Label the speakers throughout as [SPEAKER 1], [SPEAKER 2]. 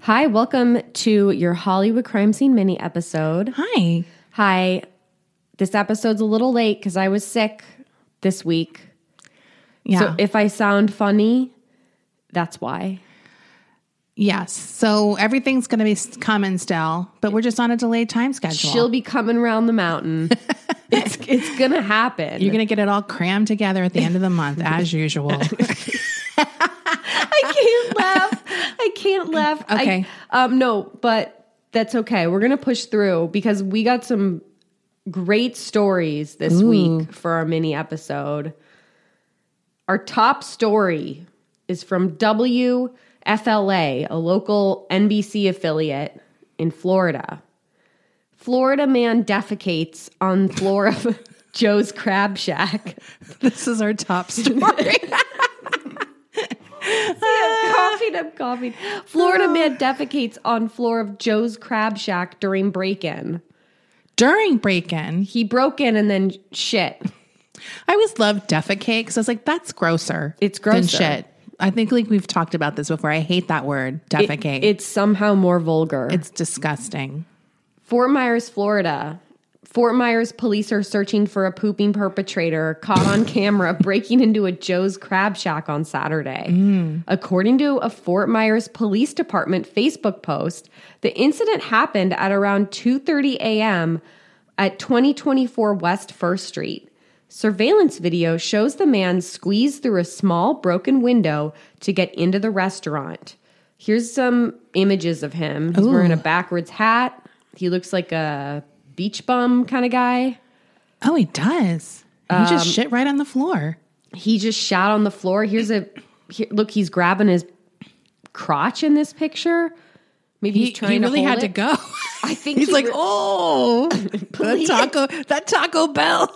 [SPEAKER 1] Hi, welcome to your Hollywood crime scene mini episode.
[SPEAKER 2] Hi.
[SPEAKER 1] Hi, this episode's a little late because I was sick this week.
[SPEAKER 2] Yeah.
[SPEAKER 1] So if I sound funny, that's why.
[SPEAKER 2] yes. So everything's going to be s- coming still, but we're just on a delayed time schedule.
[SPEAKER 1] She'll be coming around the mountain. it's it's gonna happen.
[SPEAKER 2] You're going to get it all crammed together at the end of the month, as usual.
[SPEAKER 1] I can't laugh. I can't laugh. I-
[SPEAKER 2] Okay.
[SPEAKER 1] um, no, but that's okay. We're gonna push through because we got some great stories this week for our mini episode. Our top story is from WFLA, a local NBC affiliate in Florida. Florida man defecates on floor of Joe's crab shack.
[SPEAKER 2] this is our top story.
[SPEAKER 1] coughing. I'm coughing. Florida man defecates on floor of Joe's Crab Shack during break in.
[SPEAKER 2] During break in,
[SPEAKER 1] He broke in and then shit.
[SPEAKER 2] I always loved defecate because I was like, that's grosser.
[SPEAKER 1] It's
[SPEAKER 2] Than
[SPEAKER 1] grosser.
[SPEAKER 2] shit. I think like we've talked about this before. I hate that word, defecate.
[SPEAKER 1] It's somehow more vulgar.
[SPEAKER 2] it's disgusting.
[SPEAKER 1] Fort Myers, Florida. Fort Myers police are searching for a pooping perpetrator caught on camera breaking into a Joe's Crab Shack on Saturday. According to a Fort Myers Police Department Facebook post, the incident happened at around 2:30 a.m. at 2024 West 1st Street. Surveillance video shows the man squeeze through a small broken window to get into the restaurant. Here's some images of him. He's wearing a backwards hat. He looks like a beach bum kind of guy.
[SPEAKER 2] Oh, he does. He
[SPEAKER 1] Um,
[SPEAKER 2] just shit right on the floor.
[SPEAKER 1] He just shot on the floor. Here's a here, look. He's grabbing his crotch in this picture. Maybe
[SPEAKER 2] He,
[SPEAKER 1] he's trying
[SPEAKER 2] he really
[SPEAKER 1] to hold
[SPEAKER 2] had to
[SPEAKER 1] it.
[SPEAKER 2] go.
[SPEAKER 1] I think
[SPEAKER 2] He's
[SPEAKER 1] he
[SPEAKER 2] like,
[SPEAKER 1] re-
[SPEAKER 2] oh, that taco, that Taco Bell,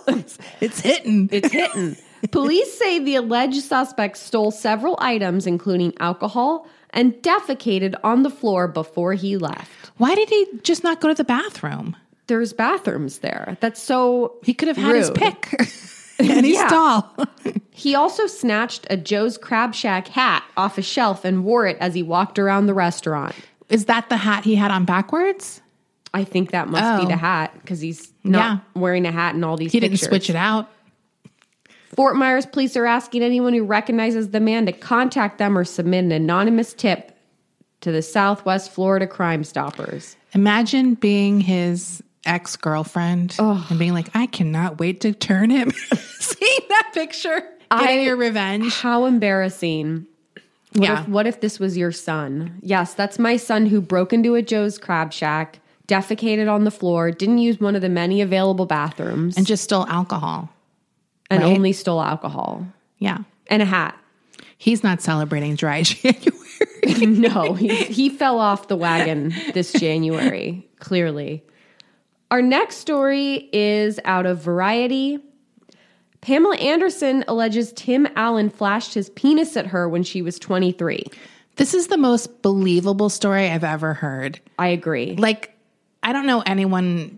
[SPEAKER 2] it's hitting.
[SPEAKER 1] It's hitting. Police say the alleged suspect stole several items, including alcohol, and defecated on the floor before he left.
[SPEAKER 2] Why did he just not go to the bathroom?
[SPEAKER 1] There's bathrooms there. That's so.
[SPEAKER 2] He could have had his
[SPEAKER 1] Rude.
[SPEAKER 2] pick and his
[SPEAKER 1] Yeah.
[SPEAKER 2] stall.
[SPEAKER 1] He also snatched a Joe's Crab Shack hat off a shelf and wore it as he walked around the restaurant.
[SPEAKER 2] Is that the hat he had on backwards?
[SPEAKER 1] I think that must be
[SPEAKER 2] Oh.
[SPEAKER 1] the hat because he's not wearing a hat in all these
[SPEAKER 2] He
[SPEAKER 1] pictures.
[SPEAKER 2] didn't switch it out.
[SPEAKER 1] Fort Myers police are asking anyone who recognizes the man to contact them or submit an anonymous tip to the Southwest Florida Crime Stoppers.
[SPEAKER 2] Imagine being his ex girlfriend and being like, I cannot wait to turn him. Seeing that picture, getting
[SPEAKER 1] I-
[SPEAKER 2] your revenge.
[SPEAKER 1] How embarrassing. What
[SPEAKER 2] Yeah.
[SPEAKER 1] If, what if this was your son? Yes, that's my son who broke into a Joe's Crab Shack, defecated on the floor, didn't use one of the many available bathrooms,
[SPEAKER 2] And
[SPEAKER 1] and,
[SPEAKER 2] just stole alcohol. right.
[SPEAKER 1] only stole alcohol
[SPEAKER 2] Yeah.
[SPEAKER 1] and a hat.
[SPEAKER 2] He's not celebrating dry January.
[SPEAKER 1] no, he, he fell off the wagon this January, clearly. Our next story is out of Variety. Pamela Anderson alleges Tim Allen flashed his penis at her when she was 23.
[SPEAKER 2] This is the most believable story I've ever heard.
[SPEAKER 1] I agree.
[SPEAKER 2] like I don't know anyone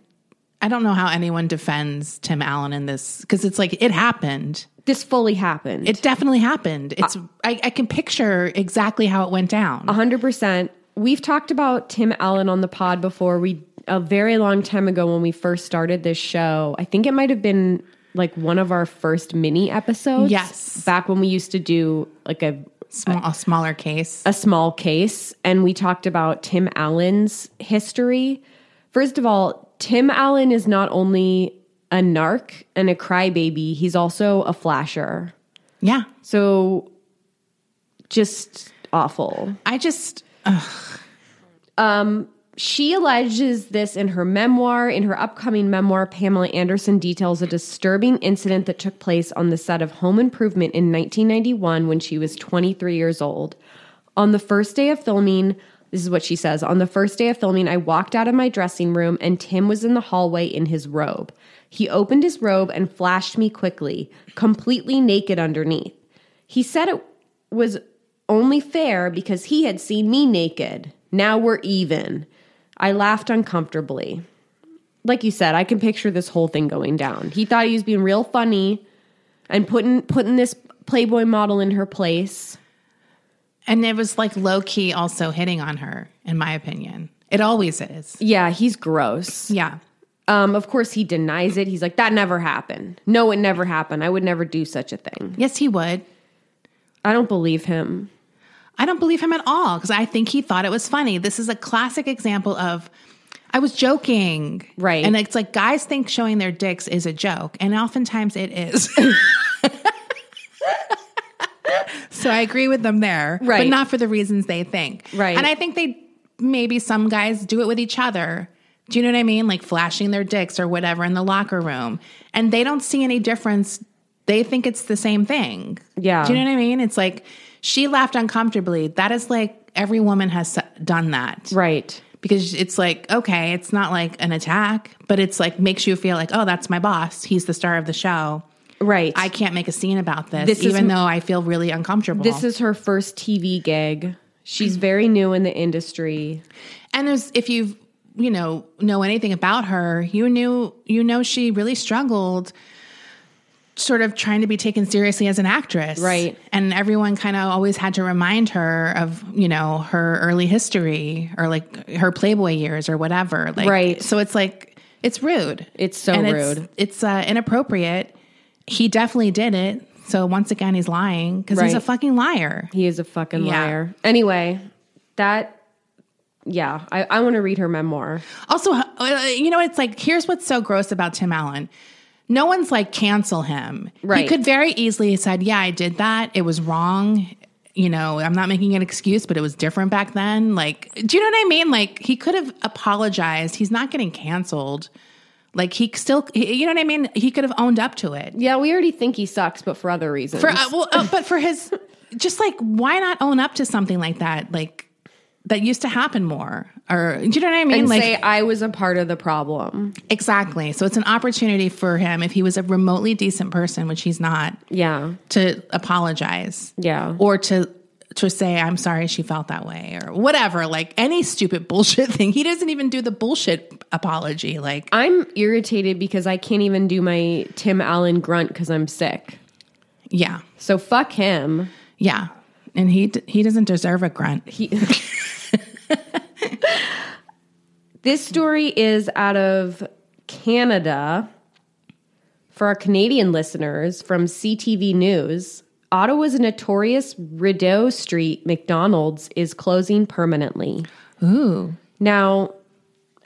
[SPEAKER 2] I don't know how anyone defends Tim Allen in this because it's like it happened.
[SPEAKER 1] This fully happened.
[SPEAKER 2] It definitely happened. It's I, I can picture exactly how it went down.
[SPEAKER 1] 100%. We've talked about Tim Allen on the pod before. We a very long time ago when we first started this show. I think it might have been like one of our first mini episodes.
[SPEAKER 2] Yes.
[SPEAKER 1] Back when we used to do like a
[SPEAKER 2] Small, a smaller case.
[SPEAKER 1] a small case and we talked about Tim Allen's history. First of all, Tim Allen is not only a narc and a crybaby, he's also a flasher.
[SPEAKER 2] yeah.
[SPEAKER 1] So just awful.
[SPEAKER 2] I just
[SPEAKER 1] She alleges this in her memoir. In her upcoming memoir, Pamela Anderson details a disturbing incident that took place on the set of Home Improvement in 1991 when she was 23 years old. On the first day of filming, this is what she says. On the first day of filming, I walked out of my dressing room and Tim was in the hallway in his robe. He opened his robe and flashed me quickly, completely naked underneath. He said it was only fair because he had seen me naked. Now we're even. I laughed uncomfortably. Like you said, I can picture this whole thing going down. He thought he was being real funny and putting putting this Playboy model in her place.
[SPEAKER 2] And it was like low key also hitting on her, in my opinion. It always is.
[SPEAKER 1] Yeah, he's gross.
[SPEAKER 2] Yeah.
[SPEAKER 1] Um, of course, he denies it. He's like, that never happened. No, it never happened. I would never do such a thing.
[SPEAKER 2] Yes, he would.
[SPEAKER 1] I don't believe him.
[SPEAKER 2] I don't believe him at all because I think he thought it was funny. This is a classic example of I was joking.
[SPEAKER 1] Right.
[SPEAKER 2] And it's like guys think showing their dicks is a joke, and oftentimes it is. so I agree with them there,
[SPEAKER 1] Right.
[SPEAKER 2] but not for the reasons they think.
[SPEAKER 1] Right.
[SPEAKER 2] And I think they maybe some guys do it with each other. Do you know what I mean? Like flashing their dicks or whatever in the locker room. And they don't see any difference. They think it's the same thing.
[SPEAKER 1] Yeah.
[SPEAKER 2] Do you know what I mean? It's like she laughed uncomfortably. That is like every woman has s- done that.
[SPEAKER 1] Right.
[SPEAKER 2] Because it's like, okay, it's not like an attack, but it's like makes you feel like, oh, that's my boss. He's the star of the show.
[SPEAKER 1] Right.
[SPEAKER 2] I can't make a scene about this,
[SPEAKER 1] This is
[SPEAKER 2] even
[SPEAKER 1] m-
[SPEAKER 2] though I feel really uncomfortable.
[SPEAKER 1] this is her first TV gig. She's very new in the industry.
[SPEAKER 2] and there's if you've you know know anything about her, you knew you know she really struggled, sort of trying to be taken seriously as an actress,
[SPEAKER 1] Right.
[SPEAKER 2] And everyone kind of always had to remind her of you know her early history or like her Playboy years or whatever, like,
[SPEAKER 1] Right.
[SPEAKER 2] So it's like it's rude.
[SPEAKER 1] It's so
[SPEAKER 2] And
[SPEAKER 1] rude.
[SPEAKER 2] It's, it's uh, inappropriate. He definitely did it. So once again, he's lying because he's a
[SPEAKER 1] Right.
[SPEAKER 2] fucking liar.
[SPEAKER 1] He is a fucking
[SPEAKER 2] Yeah.
[SPEAKER 1] liar. Anyway, that, yeah, I, I want to read her memoir.
[SPEAKER 2] Also, uh, you know, it's like here's what's so gross about Tim Allen. No one's like cancel him.
[SPEAKER 1] Right.
[SPEAKER 2] He could very easily have said, "Yeah, I did that. It was wrong." You know, I'm not making an excuse, but it was different back then. Like, do you know what I mean? Like, he could have apologized. He's not getting canceled. Like, he still, he- you know what I mean? He could have owned up to it.
[SPEAKER 1] Yeah, we already think he sucks, but for other reasons.
[SPEAKER 2] For uh, well, uh, but for his, just like, why not own up to something like that? Like, that used to happen more. Or do you know what I mean?
[SPEAKER 1] and
[SPEAKER 2] like,
[SPEAKER 1] say I was a part of the problem.
[SPEAKER 2] Exactly. So it's an opportunity for him, if he was a remotely decent person, which he's not,
[SPEAKER 1] Yeah.
[SPEAKER 2] to apologize
[SPEAKER 1] Yeah.
[SPEAKER 2] or to to say I'm sorry she felt that way or whatever. Like any stupid bullshit thing. He doesn't even do the bullshit apology. Like
[SPEAKER 1] I'm irritated because I can't even do my Tim Allen grunt because I'm sick.
[SPEAKER 2] yeah,
[SPEAKER 1] So fuck him.
[SPEAKER 2] yeah. And he d- he doesn't deserve a grunt.
[SPEAKER 1] He- this story is out of Canada for our Canadian listeners from CTV News. Ottawa's notorious Rideau Street McDonald's is closing permanently.
[SPEAKER 2] Ooh,
[SPEAKER 1] Now,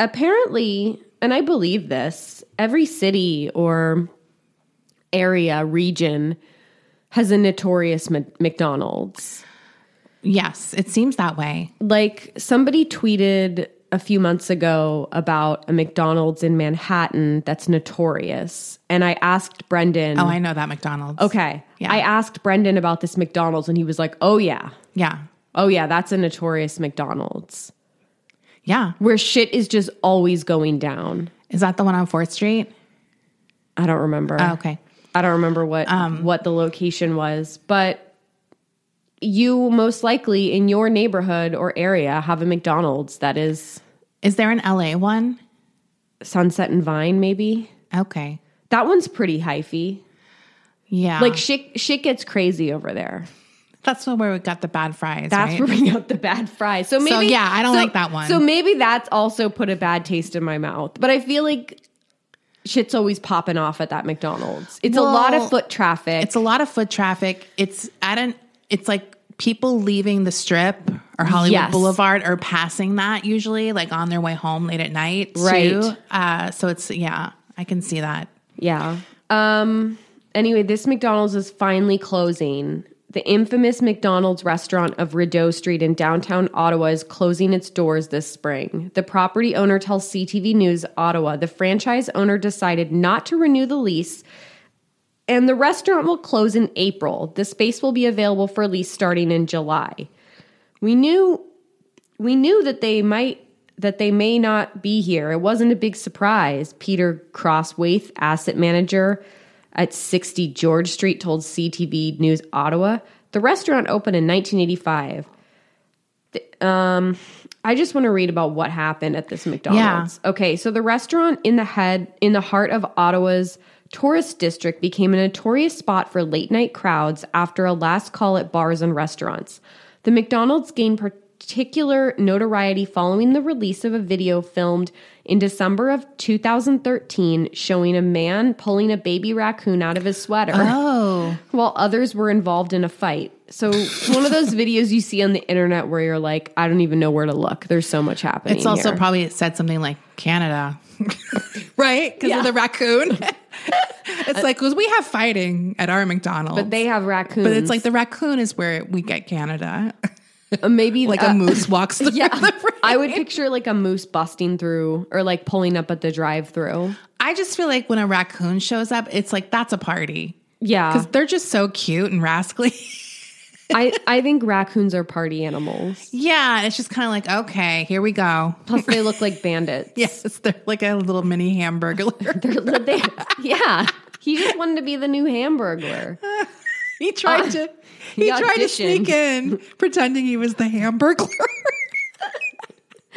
[SPEAKER 1] apparently, and I believe this, every city or area, region has a notorious Ma- McDonald's.
[SPEAKER 2] yes, it seems that way.
[SPEAKER 1] Like somebody tweeted a few months ago about a McDonald's in Manhattan that's notorious. And I asked Brendan,
[SPEAKER 2] Oh, I know that McDonald's.
[SPEAKER 1] okay,
[SPEAKER 2] Yeah.
[SPEAKER 1] I asked Brendan about this McDonald's and he was like, oh yeah,
[SPEAKER 2] yeah,
[SPEAKER 1] oh yeah, that's a notorious McDonald's
[SPEAKER 2] yeah.
[SPEAKER 1] where shit is just always going down.
[SPEAKER 2] Is that the one on Fourth Street?
[SPEAKER 1] I don't remember.
[SPEAKER 2] Oh, okay. Um,
[SPEAKER 1] I don't remember what what the location was, but you most likely in your neighborhood or area have a McDonald's that is
[SPEAKER 2] Is there an LA one?
[SPEAKER 1] Sunset and Vine, maybe.
[SPEAKER 2] Okay.
[SPEAKER 1] That one's pretty hyphy.
[SPEAKER 2] Yeah.
[SPEAKER 1] Like shit, shit gets crazy over there.
[SPEAKER 2] That's where we got the bad fries.
[SPEAKER 1] That's
[SPEAKER 2] right?
[SPEAKER 1] where we got the bad fries. So maybe,
[SPEAKER 2] yeah, I don't
[SPEAKER 1] so-
[SPEAKER 2] like that one.
[SPEAKER 1] So maybe that's also put a bad taste in my mouth. But I feel like shit's always popping off at that McDonald's. It's a lot
[SPEAKER 2] Well,
[SPEAKER 1] of foot traffic.
[SPEAKER 2] it's a lot of foot traffic. It's at an it's like people leaving the strip or Hollywood
[SPEAKER 1] Yes.
[SPEAKER 2] Boulevard or passing that usually, like on their way home late at night. too.
[SPEAKER 1] Right.
[SPEAKER 2] Uh, so it's yeah, I can see that.
[SPEAKER 1] Yeah. Um anyway, this McDonald's is finally closing. The infamous McDonald's restaurant of Rideau Street in downtown Ottawa is closing its doors this spring. The property owner tells CTV News Ottawa the franchise owner decided not to renew the lease and the restaurant will close in April. The space will be available for lease starting in July. We knew we knew that they might that they may not be here. It wasn't a big surprise. Peter Crosswaith, asset manager at 60 George Street told CTV News Ottawa, the restaurant opened in 1985. Th- um I just want to read about what happened at this McDonald's. Okay, so the restaurant in the head in the heart of Ottawa's tourist district became a notorious spot for late night crowds after a last call at bars and restaurants. The McDonald's gained particular notoriety following the release of a video filmed in December of 2013 showing a man pulling a baby raccoon out of his sweater
[SPEAKER 2] Oh,
[SPEAKER 1] while others were involved in a fight. So one of those videos you see on the internet where you're like, I don't even know where to look. There's so much happening.
[SPEAKER 2] it's also
[SPEAKER 1] here.
[SPEAKER 2] probably it said something like Canada, right? Because of the raccoon. it's like because we have fighting at our McDonald's,
[SPEAKER 1] but they have raccoons.
[SPEAKER 2] But it's like the raccoon is where we get Canada,
[SPEAKER 1] Uh, maybe
[SPEAKER 2] like
[SPEAKER 1] uh,
[SPEAKER 2] a moose walks through.
[SPEAKER 1] Yeah,
[SPEAKER 2] the frame.
[SPEAKER 1] I would picture like a moose busting through or like pulling up at the drive-through.
[SPEAKER 2] I just feel like when a raccoon shows up, it's like that's a party
[SPEAKER 1] Yeah,
[SPEAKER 2] because they're just so cute and rascally.
[SPEAKER 1] I I think raccoons are party animals.
[SPEAKER 2] yeah, it's just kind of like okay, here we go.
[SPEAKER 1] Plus, they look like bandits.
[SPEAKER 2] Yes, they're like a little mini hamburger.
[SPEAKER 1] They're- they- yeah. He just wanted to be the new Hamburglar.
[SPEAKER 2] he tried to
[SPEAKER 1] he
[SPEAKER 2] he, tried to
[SPEAKER 1] auditioned.
[SPEAKER 2] sneak in pretending he was the hamburger.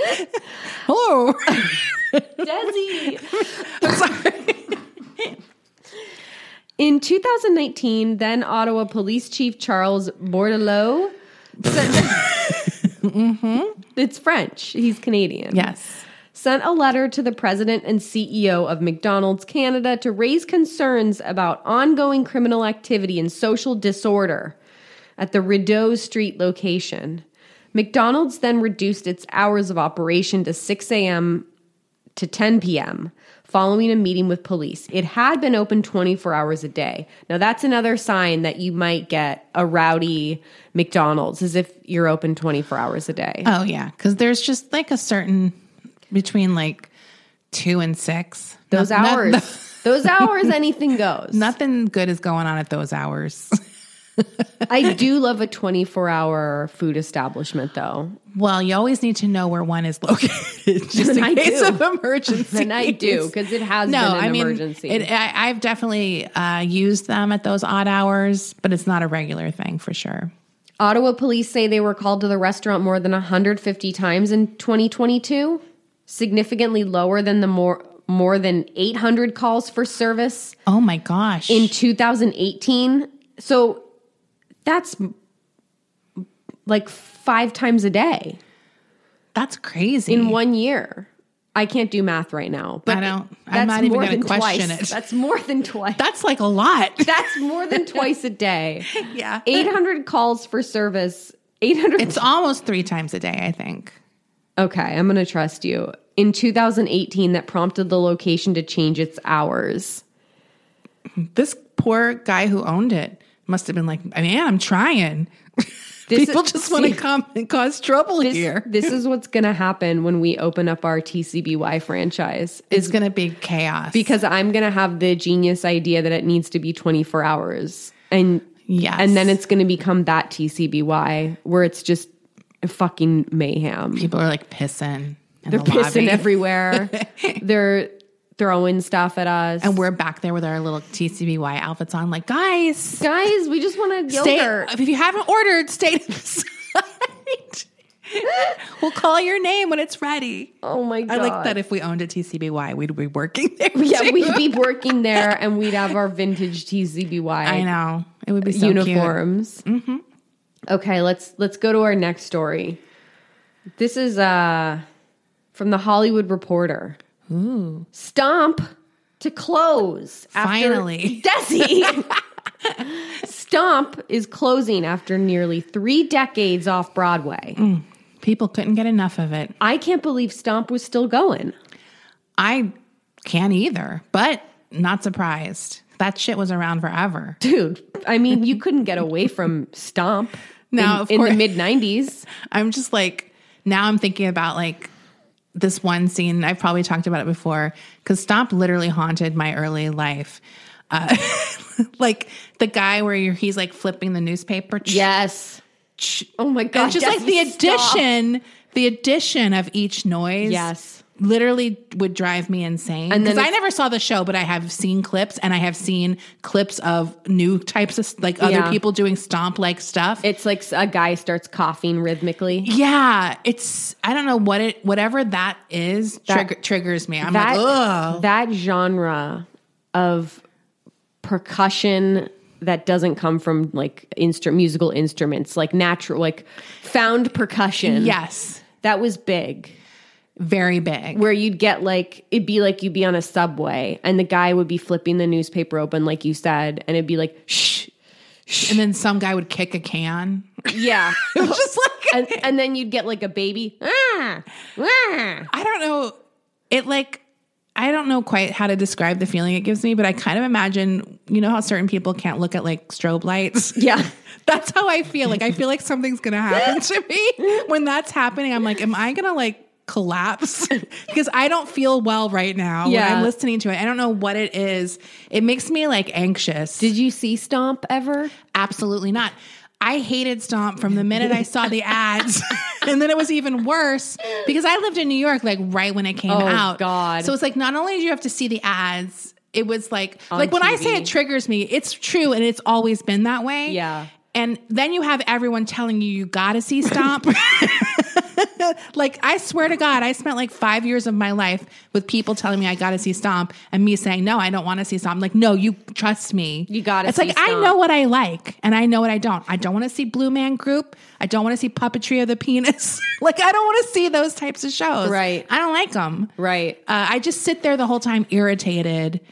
[SPEAKER 2] Hello.
[SPEAKER 1] Desi.
[SPEAKER 2] I'm sorry.
[SPEAKER 1] In 2019, then Ottawa Police Chief Charles Bordelot. It's French. He's Canadian.
[SPEAKER 2] Yes.
[SPEAKER 1] Sent a letter to the president and CEO of McDonald's Canada to raise concerns about ongoing criminal activity and social disorder at the Rideau Street location. McDonald's then reduced its hours of operation to 6 a.m to 10 p.m. following a meeting with police. It had been open 24 hours a day. Now that's another sign that you might get a rowdy McDonald's is if you're open 24 hours a day.
[SPEAKER 2] Oh yeah, because there's just like a certain between like two and six.
[SPEAKER 1] those
[SPEAKER 2] Not- not-
[SPEAKER 1] hours, those hours, anything goes.
[SPEAKER 2] nothing good is going on at those hours.
[SPEAKER 1] I do love a 24 hour food establishment though.
[SPEAKER 2] Well, you always need to know where one is located, just in
[SPEAKER 1] I
[SPEAKER 2] case
[SPEAKER 1] do.
[SPEAKER 2] of emergency.
[SPEAKER 1] And I do because it has been an emergency.
[SPEAKER 2] It, I, I've definitely uh, used them at those odd hours, but it's not a regular thing for sure.
[SPEAKER 1] Ottawa police say they were called to the restaurant more than 150 times in 2022, significantly lower than the more more than 800 calls for service
[SPEAKER 2] Oh my gosh!
[SPEAKER 1] in 2018. So that's m- like five times a day
[SPEAKER 2] That's crazy.
[SPEAKER 1] in one year. I can't do math right now, but
[SPEAKER 2] I don't- I'm
[SPEAKER 1] that's
[SPEAKER 2] not even
[SPEAKER 1] more
[SPEAKER 2] gonna
[SPEAKER 1] than
[SPEAKER 2] question
[SPEAKER 1] twice.
[SPEAKER 2] it.
[SPEAKER 1] That's more than twice.
[SPEAKER 2] That's like a lot.
[SPEAKER 1] that's more than twice a day.
[SPEAKER 2] yeah,
[SPEAKER 1] 800 calls for service. 800
[SPEAKER 2] it's almost three times a day. I think.
[SPEAKER 1] Okay, I'm going to trust you. In 2018, that prompted the location to change its hours.
[SPEAKER 2] This poor guy who owned it must have been like, man, I'm trying.
[SPEAKER 1] This
[SPEAKER 2] People
[SPEAKER 1] is-
[SPEAKER 2] just want
[SPEAKER 1] see,
[SPEAKER 2] to come and cause trouble
[SPEAKER 1] this,
[SPEAKER 2] here.
[SPEAKER 1] This is what's going to happen when we open up our TCBY franchise.
[SPEAKER 2] it's going to be chaos.
[SPEAKER 1] Because I'm going to have the genius idea that it needs to be 24 hours. And
[SPEAKER 2] Yes.
[SPEAKER 1] and then it's going to become that TCBY where it's just fucking mayhem.
[SPEAKER 2] people are like pissing. In
[SPEAKER 1] They're
[SPEAKER 2] the
[SPEAKER 1] pissing
[SPEAKER 2] lobby.
[SPEAKER 1] everywhere. They're throwing stuff at us.
[SPEAKER 2] And we're back there with our little TCBY outfits on, like, guys,
[SPEAKER 1] guys, we just want to
[SPEAKER 2] stay.
[SPEAKER 1] yogurt.
[SPEAKER 2] If you haven't ordered, stay to the side. we'll call your name when it's ready.
[SPEAKER 1] Oh my god.
[SPEAKER 2] I like that if we owned a TCBY, we'd be working there.
[SPEAKER 1] Yeah,
[SPEAKER 2] too.
[SPEAKER 1] we'd be working there and we'd have our vintage
[SPEAKER 2] I
[SPEAKER 1] TZBY
[SPEAKER 2] know. It would be so uniform.
[SPEAKER 1] uniforms. Mm-hmm. Okay, let's let's go to our next story. This is uh from the Hollywood Reporter. Stomp to close. after-
[SPEAKER 2] Finally.
[SPEAKER 1] Desi. Stomp is closing after nearly three decades off Broadway.
[SPEAKER 2] Mm. People couldn't get enough of it.
[SPEAKER 1] I can't believe Stomp was still going.
[SPEAKER 2] I can't either, but not surprised. That shit was around forever.
[SPEAKER 1] Dude, I mean, you couldn't get away from Stomp
[SPEAKER 2] Now,
[SPEAKER 1] in,
[SPEAKER 2] of
[SPEAKER 1] in the
[SPEAKER 2] course-
[SPEAKER 1] mid 90s.
[SPEAKER 2] I'm just like, now I'm thinking about like this one scene. I've probably talked about it before because Stomp literally haunted my early life. Uh, like the guy where you're, he's like flipping the newspaper.
[SPEAKER 1] Yes.
[SPEAKER 2] ch-
[SPEAKER 1] Oh my
[SPEAKER 2] and
[SPEAKER 1] God,
[SPEAKER 2] just
[SPEAKER 1] yes,
[SPEAKER 2] like the
[SPEAKER 1] stop.
[SPEAKER 2] addition, the addition of each noise,
[SPEAKER 1] Yes.
[SPEAKER 2] literally would drive me insane.
[SPEAKER 1] And then
[SPEAKER 2] Because I
[SPEAKER 1] it's-
[SPEAKER 2] never saw the show, but I have seen clips, and I have seen clips of new types of like other
[SPEAKER 1] Yeah.
[SPEAKER 2] people doing stomp like stuff.
[SPEAKER 1] It's like a guy starts coughing rhythmically.
[SPEAKER 2] yeah, it's I don't know what it whatever that is
[SPEAKER 1] That-
[SPEAKER 2] trigger, triggers me. I'm
[SPEAKER 1] that
[SPEAKER 2] like, ugh.
[SPEAKER 1] that genre of percussion that doesn't come from like instru- musical instruments, like natural, like found percussion.
[SPEAKER 2] Yes,
[SPEAKER 1] that was big.
[SPEAKER 2] very big.
[SPEAKER 1] Where you'd get like it'd be like you'd be on a subway and the guy would be flipping the newspaper open, like you said, and it'd be like shh,
[SPEAKER 2] and then some guy would kick a can.
[SPEAKER 1] yeah,
[SPEAKER 2] just like
[SPEAKER 1] and, and then you'd get like a baby. "Ah, ah."
[SPEAKER 2] I don't know. It like I don't know quite how to describe the feeling it gives me, but I kind of imagine you know how certain people can't look at like strobe lights.
[SPEAKER 1] Yeah.
[SPEAKER 2] That's how I feel. Like I feel like something's gonna happen to me when that's happening. I'm like, am I gonna like collapse? because I don't feel well right now. when
[SPEAKER 1] Yeah.
[SPEAKER 2] I'm listening to it. I don't know what it is. It makes me like anxious.
[SPEAKER 1] Did you see Stomp ever?
[SPEAKER 2] Absolutely not. I hated Stomp from the minute I saw the ads. and then it was even worse because I lived in New York like right when it came out.
[SPEAKER 1] Oh, God.
[SPEAKER 2] So it's like not only do you have to see the ads, it was like like when I say
[SPEAKER 1] TV.
[SPEAKER 2] it triggers me, it's true and it's always been that way.
[SPEAKER 1] Yeah.
[SPEAKER 2] And then you have everyone telling you you gotta see Stomp. like I swear to God, I spent like five years of my life with people telling me I gotta see Stomp and me saying, No, I don't wanna see Stomp. like, no, you trust me.
[SPEAKER 1] You gotta
[SPEAKER 2] It's
[SPEAKER 1] see
[SPEAKER 2] like I
[SPEAKER 1] Stomp.
[SPEAKER 2] know what I like and I know what I don't. I don't wanna see Blue Man Group. I don't wanna see Puppetry of the Penis. like I don't wanna see those types of shows.
[SPEAKER 1] Right.
[SPEAKER 2] I don't like them.
[SPEAKER 1] Right.
[SPEAKER 2] Uh, I just sit there the whole time irritated.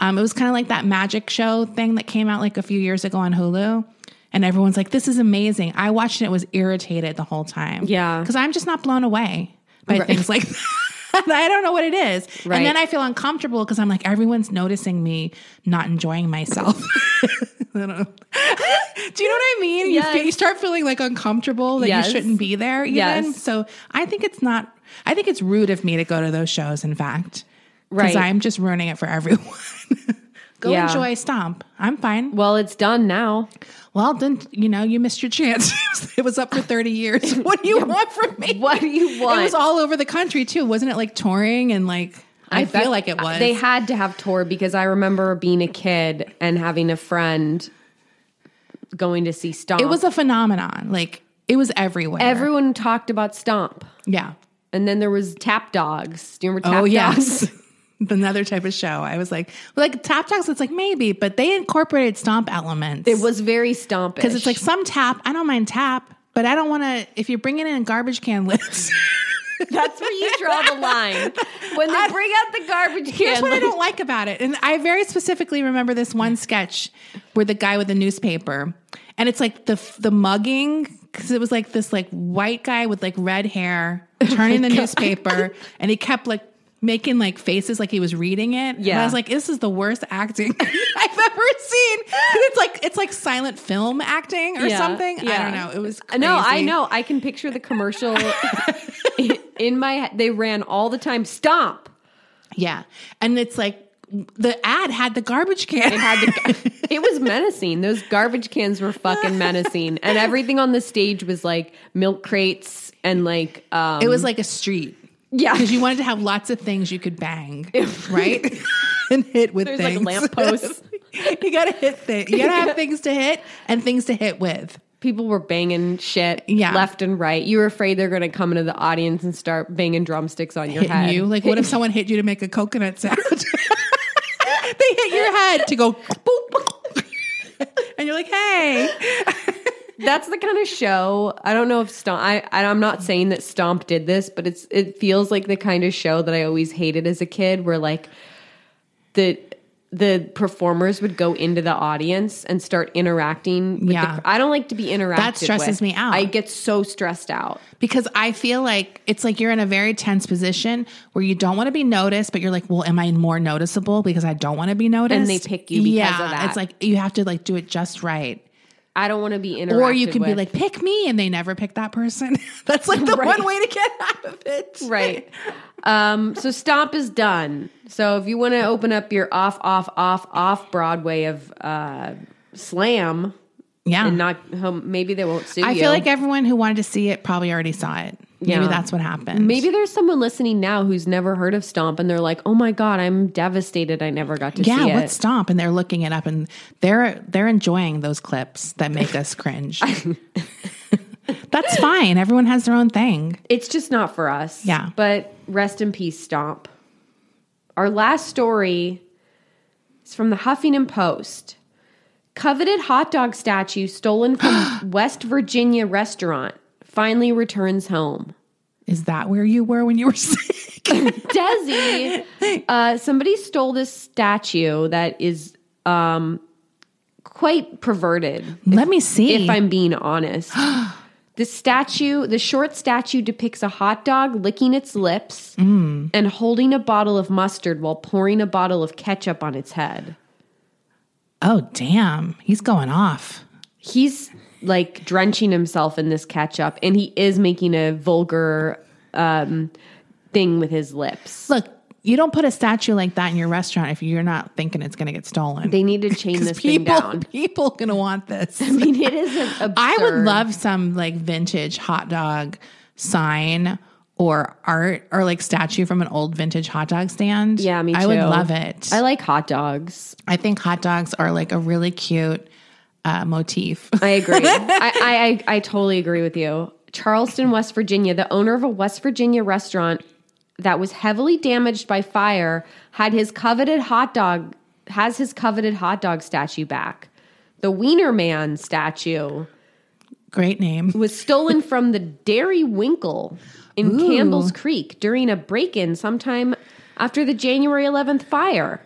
[SPEAKER 2] Um, it was kind of like that magic show thing that came out like a few years ago on Hulu. And everyone's like, this is amazing. I watched it, and was irritated the whole time.
[SPEAKER 1] Yeah.
[SPEAKER 2] Because I'm just not blown away by
[SPEAKER 1] Right.
[SPEAKER 2] things like that. I don't know what it is.
[SPEAKER 1] Right.
[SPEAKER 2] And then I feel uncomfortable because I'm like, everyone's noticing me not enjoying myself. I don't know. Do you know what I mean? You,
[SPEAKER 1] Yes.
[SPEAKER 2] fe- you start feeling like uncomfortable that
[SPEAKER 1] Yes.
[SPEAKER 2] you shouldn't be there. Even.
[SPEAKER 1] Yes.
[SPEAKER 2] So I think it's not. I think it's rude of me to go to those shows. In fact,
[SPEAKER 1] Right.
[SPEAKER 2] Because I'm just ruining it for everyone. go
[SPEAKER 1] Yeah.
[SPEAKER 2] enjoy Stomp. I'm fine.
[SPEAKER 1] Well, it's done now.
[SPEAKER 2] Well, then you know you missed your chance. it was up for 30 years. What do you want from me?
[SPEAKER 1] What do you want?
[SPEAKER 2] It was all over the country too, wasn't it? Like touring and like I, feel
[SPEAKER 1] bet-
[SPEAKER 2] like it was.
[SPEAKER 1] They had to have tour because I remember being a kid and having a friend going to see Stomp.
[SPEAKER 2] it was a phenomenon. Like it was everywhere.
[SPEAKER 1] everyone talked about Stomp,
[SPEAKER 2] yeah.
[SPEAKER 1] and then there was Tap Dogs. Do you remember Tap
[SPEAKER 2] Oh
[SPEAKER 1] Dogs?
[SPEAKER 2] yes. Another type of show. I was like, like tap talks. It's like maybe, but they incorporated stomp elements.
[SPEAKER 1] It was very Stomp
[SPEAKER 2] because it's like some tap. I don't mind tap, but I don't want to. If you're bringing in garbage can lids,
[SPEAKER 1] that's where you draw the line when they bring out the garbage can.
[SPEAKER 2] here's what I
[SPEAKER 1] like-
[SPEAKER 2] don't like about it. And I very specifically remember this one sketch where the guy with the newspaper, and it's like the the mugging because it was like this like white guy with like red hair
[SPEAKER 1] Oh
[SPEAKER 2] turning the newspaper, and he kept like making like faces like he was reading it. And
[SPEAKER 1] Yeah.
[SPEAKER 2] I was like, this is the worst acting I've ever seen. 'Cause It's like it's like silent film acting or
[SPEAKER 1] Yeah,
[SPEAKER 2] something. I
[SPEAKER 1] yeah. Uh,
[SPEAKER 2] don't know. It was
[SPEAKER 1] No, I
[SPEAKER 2] crazy.
[SPEAKER 1] know. I can picture the commercial in my head. They ran all the time. Stomp.
[SPEAKER 2] Yeah, and it's like. The ad had the garbage can.
[SPEAKER 1] It had the, it was menacing. Those garbage cans were fucking menacing, and everything on the stage was like milk crates and like um,
[SPEAKER 2] It was like a street.
[SPEAKER 1] Yeah.
[SPEAKER 2] Because you wanted to have lots of things you could bang, right? and hit with
[SPEAKER 1] There's, like,
[SPEAKER 2] things.
[SPEAKER 1] lampposts.
[SPEAKER 2] you gotta hit things. You gotta have things to hit and things to hit with.
[SPEAKER 1] people were banging shit
[SPEAKER 2] Yeah.
[SPEAKER 1] left and right. You were afraid they're going to come into the audience and start banging drumsticks on your
[SPEAKER 2] Hitting
[SPEAKER 1] head.
[SPEAKER 2] you. Like what if someone hit you to make a coconut sound? they hit your head to go boop. and you're like, hey.
[SPEAKER 1] That's the kind of show. I don't know if Stomp. I, I- I'm not saying that Stomp did this, but it's it feels like the kind of show that I always hated as a kid, where like the the performers would go into the audience and start interacting. With
[SPEAKER 2] Yeah.
[SPEAKER 1] the, I don't like to be interacted.
[SPEAKER 2] stresses
[SPEAKER 1] with.
[SPEAKER 2] me out.
[SPEAKER 1] I get so stressed out.
[SPEAKER 2] Because I feel like it's like you're in a very tense position where you don't want to be noticed, but you're like, well, am I more noticeable because I don't want to be noticed?
[SPEAKER 1] And they pick you because of that.
[SPEAKER 2] It's like you have to like do it just right.
[SPEAKER 1] I don't want to be interacted.
[SPEAKER 2] Or you can be
[SPEAKER 1] with.
[SPEAKER 2] like, pick me, and they never pick that person. That's like the one way to get out of it.
[SPEAKER 1] right. Um, so Stomp is done. So if you want to open up your off, off, off, off Broadway of uh, slam,
[SPEAKER 2] Yeah.
[SPEAKER 1] and not home. Maybe they won't sue
[SPEAKER 2] I
[SPEAKER 1] you.
[SPEAKER 2] feel like everyone who wanted to see it probably already saw it.
[SPEAKER 1] Yeah.
[SPEAKER 2] Maybe that's what happened.
[SPEAKER 1] Maybe there's someone listening now who's never heard of Stomp and they're like, oh my God, I'm devastated. I never got to see
[SPEAKER 2] yeah,
[SPEAKER 1] it.
[SPEAKER 2] what stomp? And they're looking it up, and they're they're enjoying those clips that make us cringe. That's fine. Everyone has their own thing.
[SPEAKER 1] It's just not for us.
[SPEAKER 2] Yeah.
[SPEAKER 1] But rest in peace, Stomp. Our last story is from the Huffington Post. Coveted hot dog statue stolen from West Virginia restaurant finally returns home.
[SPEAKER 2] Is that where you were when you were sick?
[SPEAKER 1] Desi, uh, somebody stole this statue that is um, quite perverted.
[SPEAKER 2] Let me see.
[SPEAKER 1] if I'm being honest. the statue, the short statue depicts a hot dog licking its lips
[SPEAKER 2] Mm.
[SPEAKER 1] and holding a bottle of mustard while pouring a bottle of ketchup on its head.
[SPEAKER 2] oh damn, he's going off.
[SPEAKER 1] He's like drenching himself in this ketchup and he is making a vulgar um, thing with his lips.
[SPEAKER 2] Look, you don't put a statue like that in your restaurant if you're not thinking it's going to get stolen.
[SPEAKER 1] They need to chain
[SPEAKER 2] 'Cause
[SPEAKER 1] this thing
[SPEAKER 2] people,
[SPEAKER 1] down.
[SPEAKER 2] people gonna want this.
[SPEAKER 1] I mean, it is a- absurd.
[SPEAKER 2] I would love some like vintage hot dog sign or art or like statue from an old vintage hot dog stand.
[SPEAKER 1] Yeah, me too.
[SPEAKER 2] I would love it.
[SPEAKER 1] I
[SPEAKER 2] I,
[SPEAKER 1] like hot dogs.
[SPEAKER 2] think hot dogs are like a really cute uh, motif.
[SPEAKER 1] I agree. I, I, I, I totally agree with you. Charleston, West Virginia, the owner of a West Virginia restaurant that was heavily damaged by fire had his coveted hot dog has his coveted hot dog statue back. The Wiener Man statue
[SPEAKER 2] Great name.
[SPEAKER 1] was stolen from the Dairy Winkle in Campbell's Creek during a break-in sometime after the January 11th fire.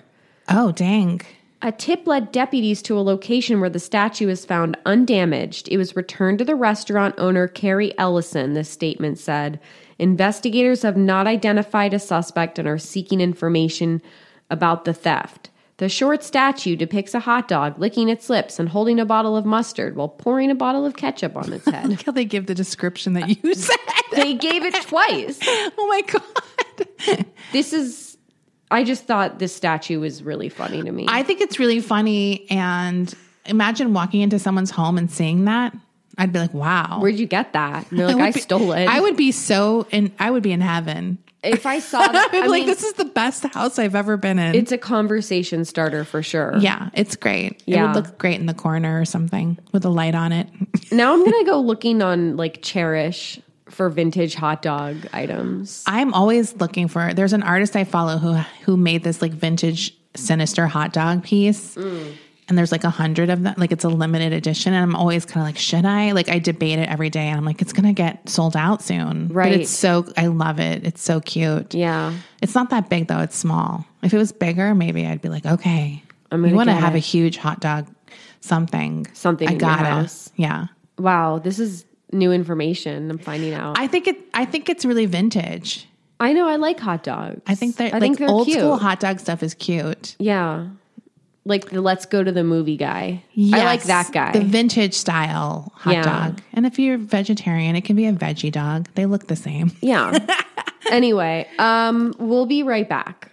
[SPEAKER 2] Oh dang.
[SPEAKER 1] A tip led deputies to a location where the statue was found undamaged. It was returned to the restaurant owner Carrie Ellison, the statement said. Investigators have not identified a suspect and are seeking information about the theft. The short statue depicts a hot dog licking its lips and holding a bottle of mustard while pouring a bottle of ketchup on its head.
[SPEAKER 2] Look how they give the description that you said.
[SPEAKER 1] they gave it twice.
[SPEAKER 2] oh my god.
[SPEAKER 1] This is I just thought this statue was really funny to me.
[SPEAKER 2] I think it's really funny and imagine walking into someone's home and seeing that. I'd be like, wow.
[SPEAKER 1] Where'd you get that? And they're like, I,
[SPEAKER 2] would be-
[SPEAKER 1] stole it.
[SPEAKER 2] I would be so in I would be in heaven.
[SPEAKER 1] if I saw that,
[SPEAKER 2] I'd be
[SPEAKER 1] I
[SPEAKER 2] like,
[SPEAKER 1] mean,
[SPEAKER 2] this is the best house I've ever been in.
[SPEAKER 1] it's a conversation starter for sure.
[SPEAKER 2] yeah, it's great. It
[SPEAKER 1] Yeah.
[SPEAKER 2] would look great in the corner or something with a light on it.
[SPEAKER 1] Now I'm gonna go looking on like Cherish for vintage hot dog items.
[SPEAKER 2] I'm always looking for there's an artist I follow who who made this like vintage sinister hot dog piece.
[SPEAKER 1] Mm.
[SPEAKER 2] And there's like a hundred of them, like it's a limited edition. And I'm always kind of like, should I? Like I debate it every day, and I'm like, it's gonna get sold out soon.
[SPEAKER 1] Right.
[SPEAKER 2] But it's so I love it. It's so cute.
[SPEAKER 1] Yeah.
[SPEAKER 2] It's not that big though. It's small. If it was bigger, maybe I'd be like, okay, I'm
[SPEAKER 1] gonna
[SPEAKER 2] you want to
[SPEAKER 1] get
[SPEAKER 2] have
[SPEAKER 1] it.
[SPEAKER 2] a huge hot dog, something,
[SPEAKER 1] Something
[SPEAKER 2] I
[SPEAKER 1] in your
[SPEAKER 2] gotta,
[SPEAKER 1] house.
[SPEAKER 2] yeah.
[SPEAKER 1] Wow, this is new information I'm finding out. I,
[SPEAKER 2] I think it. I think it's really vintage.
[SPEAKER 1] know I like hot dogs.
[SPEAKER 2] I think they're
[SPEAKER 1] I
[SPEAKER 2] like
[SPEAKER 1] think they're
[SPEAKER 2] old
[SPEAKER 1] cute.
[SPEAKER 2] school hot dog stuff is cute.
[SPEAKER 1] yeah. Like the let's go to the movie guy. I like
[SPEAKER 2] Yes,
[SPEAKER 1] that guy.
[SPEAKER 2] The vintage style hot
[SPEAKER 1] Yeah.
[SPEAKER 2] dog. And if you're vegetarian, it can be a veggie dog. They look the same.
[SPEAKER 1] yeah. anyway, um, we'll be right back.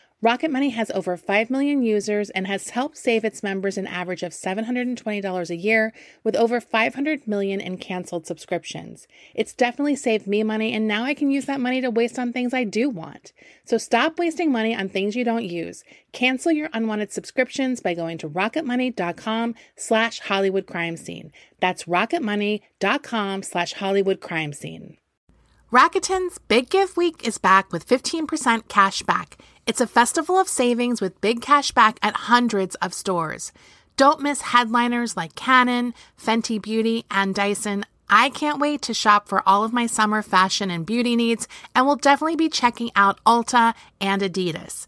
[SPEAKER 3] Rocket Money has over 5 million users and has helped save its members an average of $720 a year with over 500 million in canceled subscriptions. It's definitely saved me money and now I can use that money to waste on things I do want. So stop wasting money on things you don't use. Cancel your unwanted subscriptions by going to rocketmoney.com slash Hollywood crime scene. That's rocketmoney.com slash Hollywood crime scene. Rakuten's Big Give Week is back with 15% cash back. It's a festival of savings with big cash back at hundreds of stores. Don't miss headliners like Canon, Fenty Beauty, and Dyson. I can't wait to shop for all of my summer fashion and beauty needs, and will definitely be checking out Ulta and Adidas.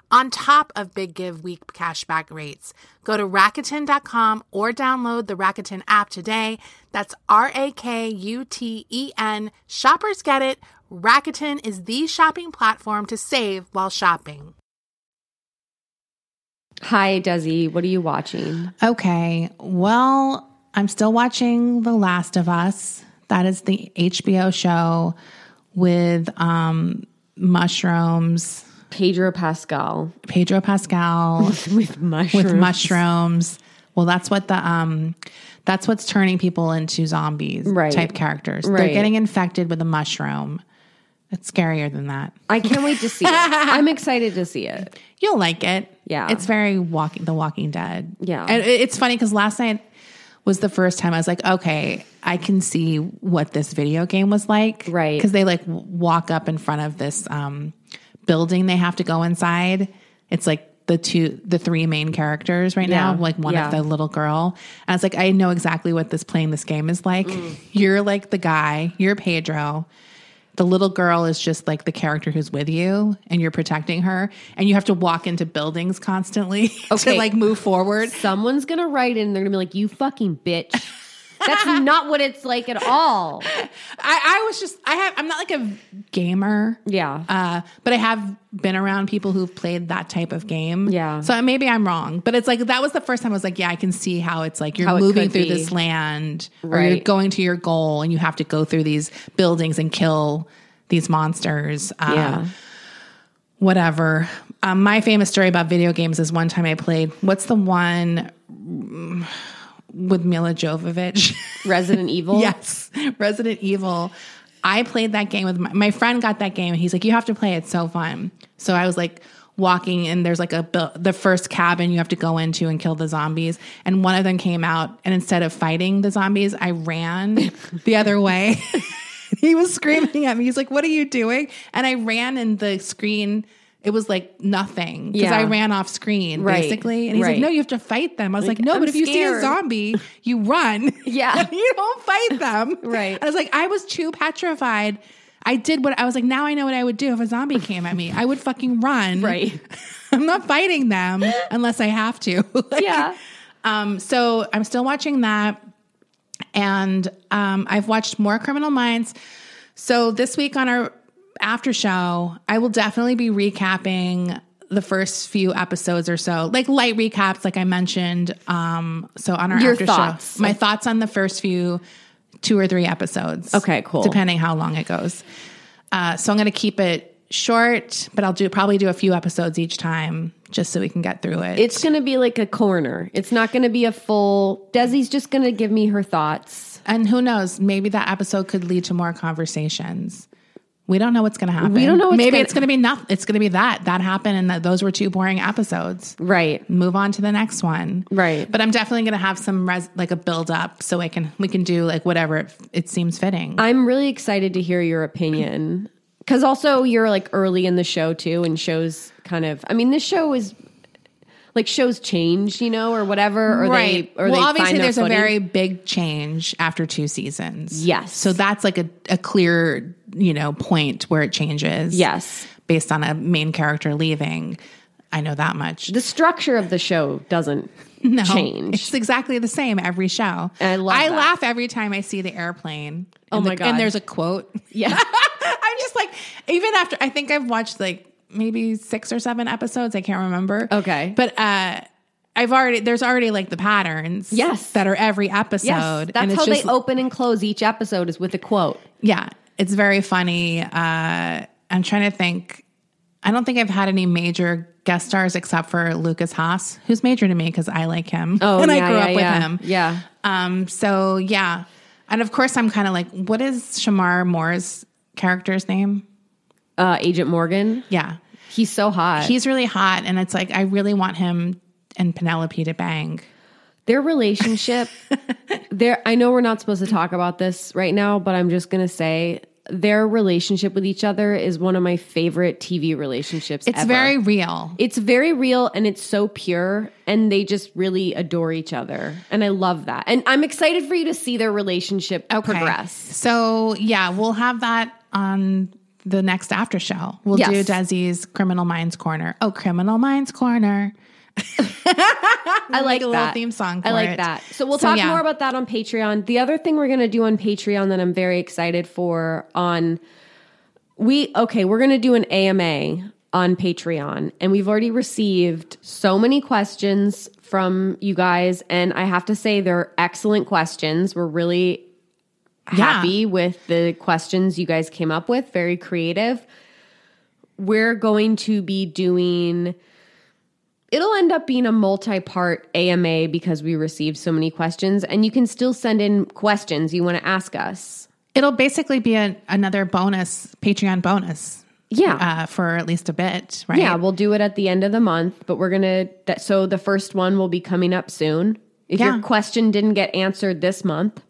[SPEAKER 3] on top of Big Give Week cashback rates. Go to Rakuten.com or download the Rakuten app today. That's R A K U T E N. Shoppers get it. Rakuten is the shopping platform to save while shopping.
[SPEAKER 1] Hi, Desi. What are you watching?
[SPEAKER 2] Okay. Well, I'm still watching The Last of Us. That is the HBO show with um, mushrooms,
[SPEAKER 1] Pedro Pascal
[SPEAKER 2] Pedro Pascal
[SPEAKER 1] with mushrooms.
[SPEAKER 2] with mushrooms. Well, that's what the um, that's what's turning people into zombies
[SPEAKER 1] Right.
[SPEAKER 2] type characters. They're
[SPEAKER 1] Right.
[SPEAKER 2] getting infected with a mushroom. It's scarier than that.
[SPEAKER 1] I can't wait to see it. I'm excited to see it.
[SPEAKER 2] You'll like it.
[SPEAKER 1] Yeah.
[SPEAKER 2] It's very walking the Walking Dead.
[SPEAKER 1] Yeah.
[SPEAKER 2] And it- it's funny because last night was the first time I was like, okay, I can see what this video game was like.
[SPEAKER 1] Right.
[SPEAKER 2] Because they like w- walk up in front of this um building they have to go inside. It's like the two the three main characters right now,
[SPEAKER 1] Yeah.
[SPEAKER 2] like one
[SPEAKER 1] Yeah.
[SPEAKER 2] of the little girl. And I was like, I know exactly what this playing this game is like.
[SPEAKER 1] Mm.
[SPEAKER 2] You're like the guy, you're Pedro the little girl is just like the character who's with you and you're protecting her and you have to walk into buildings constantly
[SPEAKER 1] Okay.
[SPEAKER 2] to like move forward
[SPEAKER 1] Someone's gonna write in. They're gonna be like, "You fucking bitch." That's not what it's like at all.
[SPEAKER 2] I, I was just i have i'm not like a gamer
[SPEAKER 1] Yeah.
[SPEAKER 2] uh, but i have been around people who've played that type of game
[SPEAKER 1] Yeah.
[SPEAKER 2] so maybe i'm wrong but it's like that was the first time i was like yeah i can see how it's like you're
[SPEAKER 1] How it
[SPEAKER 2] moving
[SPEAKER 1] could
[SPEAKER 2] through
[SPEAKER 1] be.
[SPEAKER 2] this land or you're
[SPEAKER 1] Right.
[SPEAKER 2] going to your goal and you have to go through these buildings and kill these monsters uh,
[SPEAKER 1] yeah.
[SPEAKER 2] whatever. Um, my famous story about video games is one time I played. What's the one mm, with Mila Jovovich?
[SPEAKER 1] Resident Evil.
[SPEAKER 2] yes, Resident Evil. I played that game with my, my friend. Got that game, and he's like, "You have to play. it. It's so fun." So I was like walking, and there's like a bu- the first cabin you have to go into and kill the zombies. And one of them came out, and instead of fighting the zombies, I ran the other way. he was screaming at me. He's like, "What are you doing?" And I ran, and the screen it was like nothing because
[SPEAKER 1] Yeah.
[SPEAKER 2] I ran off screen
[SPEAKER 1] Right.
[SPEAKER 2] basically. And he's like,
[SPEAKER 1] Right.
[SPEAKER 2] "No, you have to fight them." I was like, "No,
[SPEAKER 1] I'm
[SPEAKER 2] but if you see a
[SPEAKER 1] scared."
[SPEAKER 2] zombie, you run.
[SPEAKER 1] Yeah.
[SPEAKER 2] you don't fight them."
[SPEAKER 1] Right.
[SPEAKER 2] And I was like, "I was too petrified." I did what I was like. Now I know what I would do if a zombie came at me. I would fucking run.
[SPEAKER 1] Right.
[SPEAKER 2] I'm not fighting them unless I have to. Like,
[SPEAKER 1] Yeah.
[SPEAKER 2] um, so I'm still watching that. And um, I've watched more Criminal Minds. So this week on our after show, I will definitely be recapping the first few episodes or so, like light recaps, like I mentioned. Um, so on our
[SPEAKER 1] Your
[SPEAKER 2] after
[SPEAKER 1] thoughts.
[SPEAKER 2] show, my thoughts on the first few two or three episodes.
[SPEAKER 1] Okay, cool.
[SPEAKER 2] Depending how long it goes. Uh, so I'm going to keep it short, but I'll do probably do a few episodes each time just so we can get through it.
[SPEAKER 1] It's gonna be like a corner. It's not gonna be a full. Desi's just gonna give me her thoughts.
[SPEAKER 2] And who knows? Maybe that episode could lead to more conversations. We don't know what's going to happen.
[SPEAKER 1] We don't know what's
[SPEAKER 2] maybe
[SPEAKER 1] gonna-
[SPEAKER 2] it's going to be nothing. It's going to be that that happened, and that those were two boring episodes.
[SPEAKER 1] Right.
[SPEAKER 2] Move on to the next one.
[SPEAKER 1] Right.
[SPEAKER 2] But I'm definitely going to have some res- like a build up, so I can we can do like whatever it, it seems fitting.
[SPEAKER 1] I'm really excited to hear your opinion because also you're like early in the show too, and shows kind of. I mean, this show is like shows change, you know, or whatever, or
[SPEAKER 2] right.
[SPEAKER 1] they or
[SPEAKER 2] well,
[SPEAKER 1] they
[SPEAKER 2] obviously,
[SPEAKER 1] find their
[SPEAKER 2] there's
[SPEAKER 1] footing.
[SPEAKER 2] a very big change after two seasons.
[SPEAKER 1] Yes.
[SPEAKER 2] So that's like a, a clear, you know, point where it changes.
[SPEAKER 1] yes.
[SPEAKER 2] Based on a main character leaving. I know that much.
[SPEAKER 1] The structure of the show doesn't
[SPEAKER 2] no,
[SPEAKER 1] change.
[SPEAKER 2] It's exactly the same every show.
[SPEAKER 1] I love
[SPEAKER 2] I
[SPEAKER 1] that.
[SPEAKER 2] laugh every time I see the airplane.
[SPEAKER 1] Oh
[SPEAKER 2] and
[SPEAKER 1] my
[SPEAKER 2] the-
[SPEAKER 1] God.
[SPEAKER 2] And there's a quote.
[SPEAKER 1] Yeah.
[SPEAKER 2] I'm just like, even after I think I've watched like maybe six or seven episodes, I can't remember.
[SPEAKER 1] Okay.
[SPEAKER 2] But uh I've already there's already like the patterns
[SPEAKER 1] Yes.
[SPEAKER 2] that are every episode.
[SPEAKER 1] Yes, that's
[SPEAKER 2] and it's
[SPEAKER 1] how
[SPEAKER 2] just,
[SPEAKER 1] they open and close each episode is with a quote.
[SPEAKER 2] Yeah. It's very funny. Uh I'm trying to think. I don't think I've had any major guest stars except for Lucas Haas, who's major to me because I like him. and I grew up with him.
[SPEAKER 1] Oh, Yeah,
[SPEAKER 2] Um, so yeah. And of course I'm kind of like, what is Shamar Moore's character's name?
[SPEAKER 1] uh, Agent Morgan,
[SPEAKER 2] Yeah.
[SPEAKER 1] he's so hot.
[SPEAKER 2] He's really hot, and it's like I really want him and Penelope to bang.
[SPEAKER 1] their relationship. their I know we're not supposed to talk about this right now, but I'm just gonna say their relationship with each other is one of my favorite TV relationships.
[SPEAKER 2] It's
[SPEAKER 1] ever.
[SPEAKER 2] very real.
[SPEAKER 1] it's very real and it's so pure and they just really adore each other and i love that and i'm excited for you to see their relationship progress
[SPEAKER 2] So yeah, we'll have that on the next after show. We'll
[SPEAKER 1] Yes.
[SPEAKER 2] do Desi's Criminal Minds Corner. Oh, Criminal Minds Corner.
[SPEAKER 1] I like
[SPEAKER 2] a
[SPEAKER 1] that.
[SPEAKER 2] little theme song
[SPEAKER 1] I
[SPEAKER 2] for
[SPEAKER 1] like
[SPEAKER 2] it.
[SPEAKER 1] that. So we'll
[SPEAKER 2] So,
[SPEAKER 1] talk
[SPEAKER 2] yeah.
[SPEAKER 1] more about that on Patreon. The other thing we're going to do on Patreon that I'm very excited for on we okay, we're going to do an AMA on Patreon and we've already received so many questions from you guys and I have to say they're excellent questions. We're really
[SPEAKER 2] Yeah.
[SPEAKER 1] happy with the questions you guys came up with, very creative. We're going to be doing It'll end up being a multi part AMA because we received so many questions, and you can still send in questions you want to ask us.
[SPEAKER 2] It'll basically be an another bonus Patreon bonus
[SPEAKER 1] Yeah.
[SPEAKER 2] uh, for at least a bit, right?
[SPEAKER 1] Yeah, we'll do it at the end of the month, but we're going to. That, so the first one will be coming up soon. If
[SPEAKER 2] Yeah.
[SPEAKER 1] your question didn't get answered this month,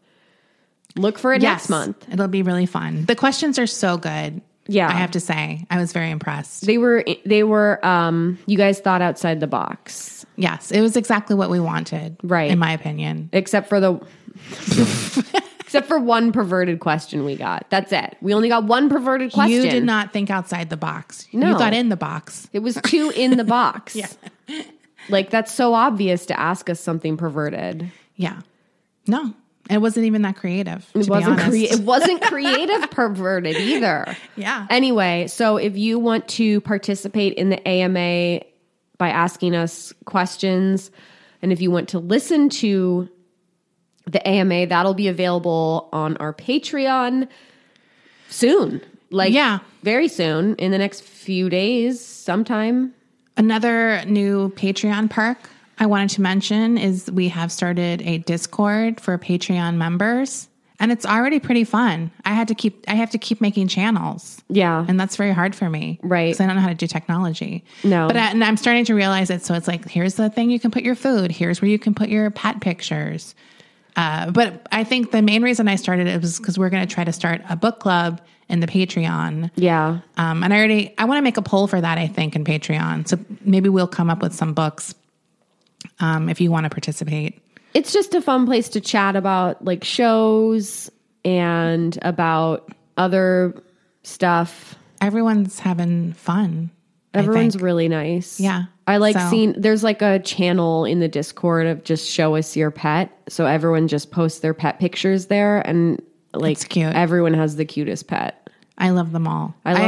[SPEAKER 1] look for it next
[SPEAKER 2] Yes,
[SPEAKER 1] month.
[SPEAKER 2] It'll be really fun. The questions are so good.
[SPEAKER 1] Yeah.
[SPEAKER 2] I have to say, I was very impressed.
[SPEAKER 1] They were, they were, um, you guys thought outside the box,
[SPEAKER 2] Yes, it was exactly what we wanted,
[SPEAKER 1] Right.
[SPEAKER 2] In my opinion,
[SPEAKER 1] except for the. Except for one perverted question we got. That's it. We only got one perverted question.
[SPEAKER 2] You did not think outside the box.
[SPEAKER 1] No.
[SPEAKER 2] You got in the box.
[SPEAKER 1] It was two in the box. Like that's so obvious to ask us something perverted.
[SPEAKER 2] Yeah. No, it wasn't even that creative.
[SPEAKER 1] It
[SPEAKER 2] to
[SPEAKER 1] wasn't
[SPEAKER 2] be
[SPEAKER 1] crea-
[SPEAKER 2] honest.
[SPEAKER 1] it wasn't creative perverted either.
[SPEAKER 2] Yeah.
[SPEAKER 1] Anyway, so if you want to participate in the AMA by asking us questions and if you want to listen to the AMA, that'll be available on our Patreon soon. Like
[SPEAKER 2] Yeah.
[SPEAKER 1] very soon in the next few days sometime.
[SPEAKER 2] Another new Patreon perk I wanted to mention is we have started a Discord for Patreon members, and it's already pretty fun. I had to keep I have to keep making channels.
[SPEAKER 1] Yeah.
[SPEAKER 2] and that's very hard for me
[SPEAKER 1] Right.
[SPEAKER 2] because i don't know how to do technology
[SPEAKER 1] No.
[SPEAKER 2] but I, and i'm starting to realize it so it's like here's the thing you can put your food here's where you can put your pet pictures uh, but i think the main reason i started it was because we're going to try to start a book club in the patreon
[SPEAKER 1] yeah.
[SPEAKER 2] um, and i already i want to make a poll for that i think in patreon so maybe we'll come up with some books um, if you want to participate
[SPEAKER 1] it's just a fun place to chat about like shows and about other stuff.
[SPEAKER 2] everyone's having fun I
[SPEAKER 1] Everyone's
[SPEAKER 2] think.
[SPEAKER 1] really nice.
[SPEAKER 2] Yeah,
[SPEAKER 1] I like
[SPEAKER 2] so-
[SPEAKER 1] seeing there's like a channel in the Discord of just show us your pet. So everyone just posts their pet pictures there and like
[SPEAKER 2] That's cute.
[SPEAKER 1] everyone has the cutest pet.
[SPEAKER 2] I love them all. I
[SPEAKER 1] love-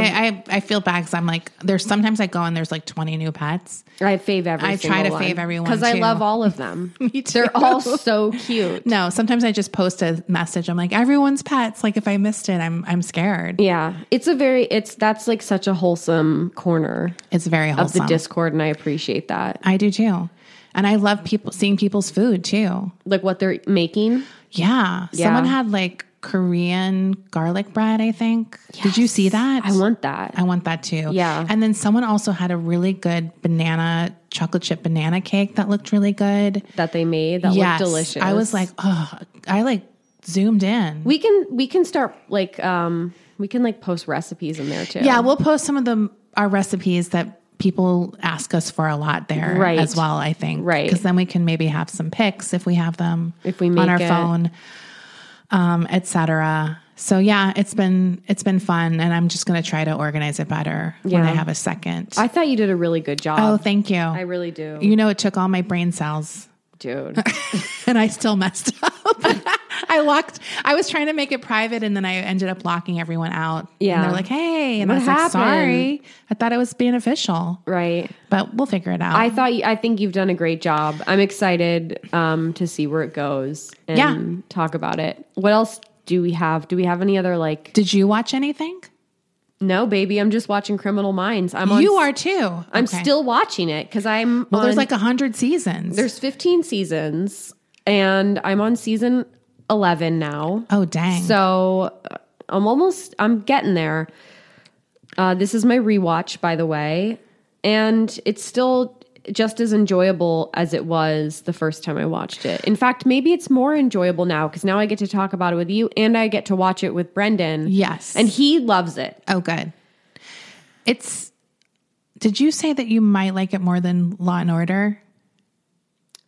[SPEAKER 2] I, I, feel bad because I'm like, there's sometimes I go and there's like 20 new pets.
[SPEAKER 1] I fave every
[SPEAKER 2] I try to fave everyone,
[SPEAKER 1] because I
[SPEAKER 2] too.
[SPEAKER 1] love all of them.
[SPEAKER 2] Me too.
[SPEAKER 1] They're all so cute.
[SPEAKER 2] No, sometimes I just post a message. I'm like, everyone's pets. Like if I missed it, I'm I'm scared.
[SPEAKER 1] Yeah, it's a very it's that's like such a wholesome corner
[SPEAKER 2] It's very
[SPEAKER 1] of the
[SPEAKER 2] wholesome.
[SPEAKER 1] Discord, and I appreciate that.
[SPEAKER 2] I do too, and I love people seeing people's food too.
[SPEAKER 1] like what they're making.
[SPEAKER 2] Yeah,
[SPEAKER 1] Yeah.
[SPEAKER 2] someone had like Korean garlic bread. I think. Did you see that?
[SPEAKER 1] I want that.
[SPEAKER 2] I want that too.
[SPEAKER 1] Yeah.
[SPEAKER 2] And then someone also had a really good banana chocolate chip banana cake that looked really good.
[SPEAKER 1] that they made that
[SPEAKER 2] Yes.
[SPEAKER 1] looked delicious.
[SPEAKER 2] I was like, oh, I like zoomed in.
[SPEAKER 1] we can we can start like um we can like post recipes in there too.
[SPEAKER 2] Yeah, we'll post some of the our recipes that people ask us for a lot there
[SPEAKER 1] Right.
[SPEAKER 2] as well, I think.
[SPEAKER 1] Right.
[SPEAKER 2] Because then we can maybe have some pics if we have them
[SPEAKER 1] If we
[SPEAKER 2] on
[SPEAKER 1] make
[SPEAKER 2] our
[SPEAKER 1] it.
[SPEAKER 2] phone, um, et cetera. So yeah, it's been it's been fun and I'm just gonna try to organize it better when I have a second.
[SPEAKER 1] I thought you did a really good job.
[SPEAKER 2] oh, thank you.
[SPEAKER 1] I really do.
[SPEAKER 2] you know it took all my brain cells
[SPEAKER 1] Dude.
[SPEAKER 2] and I still messed up. I locked. I was trying to make it private, and then I ended up locking everyone out.
[SPEAKER 1] Yeah.
[SPEAKER 2] and they're like, "Hey," and I
[SPEAKER 1] What
[SPEAKER 2] was like,
[SPEAKER 1] happened?
[SPEAKER 2] "Sorry, I thought it was being official,
[SPEAKER 1] right.
[SPEAKER 2] but we'll figure it out."
[SPEAKER 1] I thought you, I think you've done a great job. I'm excited um, to see where it goes and
[SPEAKER 2] Yeah.
[SPEAKER 1] talk about it. What else do we have? Do we have any other like
[SPEAKER 2] Did you watch anything?
[SPEAKER 1] No, baby, I'm just watching Criminal Minds. I'm on
[SPEAKER 2] you are too.
[SPEAKER 1] I'm
[SPEAKER 2] Okay.
[SPEAKER 1] still watching it cuz I'm
[SPEAKER 2] Well, there's
[SPEAKER 1] on-
[SPEAKER 2] like a hundred seasons.
[SPEAKER 1] there's 15 seasons and I'm on season 11 now.
[SPEAKER 2] oh dang.
[SPEAKER 1] So uh, I'm almost I'm getting there. Uh, this is my rewatch, by the way, and it's still just as enjoyable as it was the first time I watched it. In fact, maybe it's more enjoyable now because now I get to talk about it with you, and I get to watch it with Brendan.
[SPEAKER 2] Yes.
[SPEAKER 1] and he loves it.
[SPEAKER 2] oh good. It's. Did you say that you might like it more than Law and Order?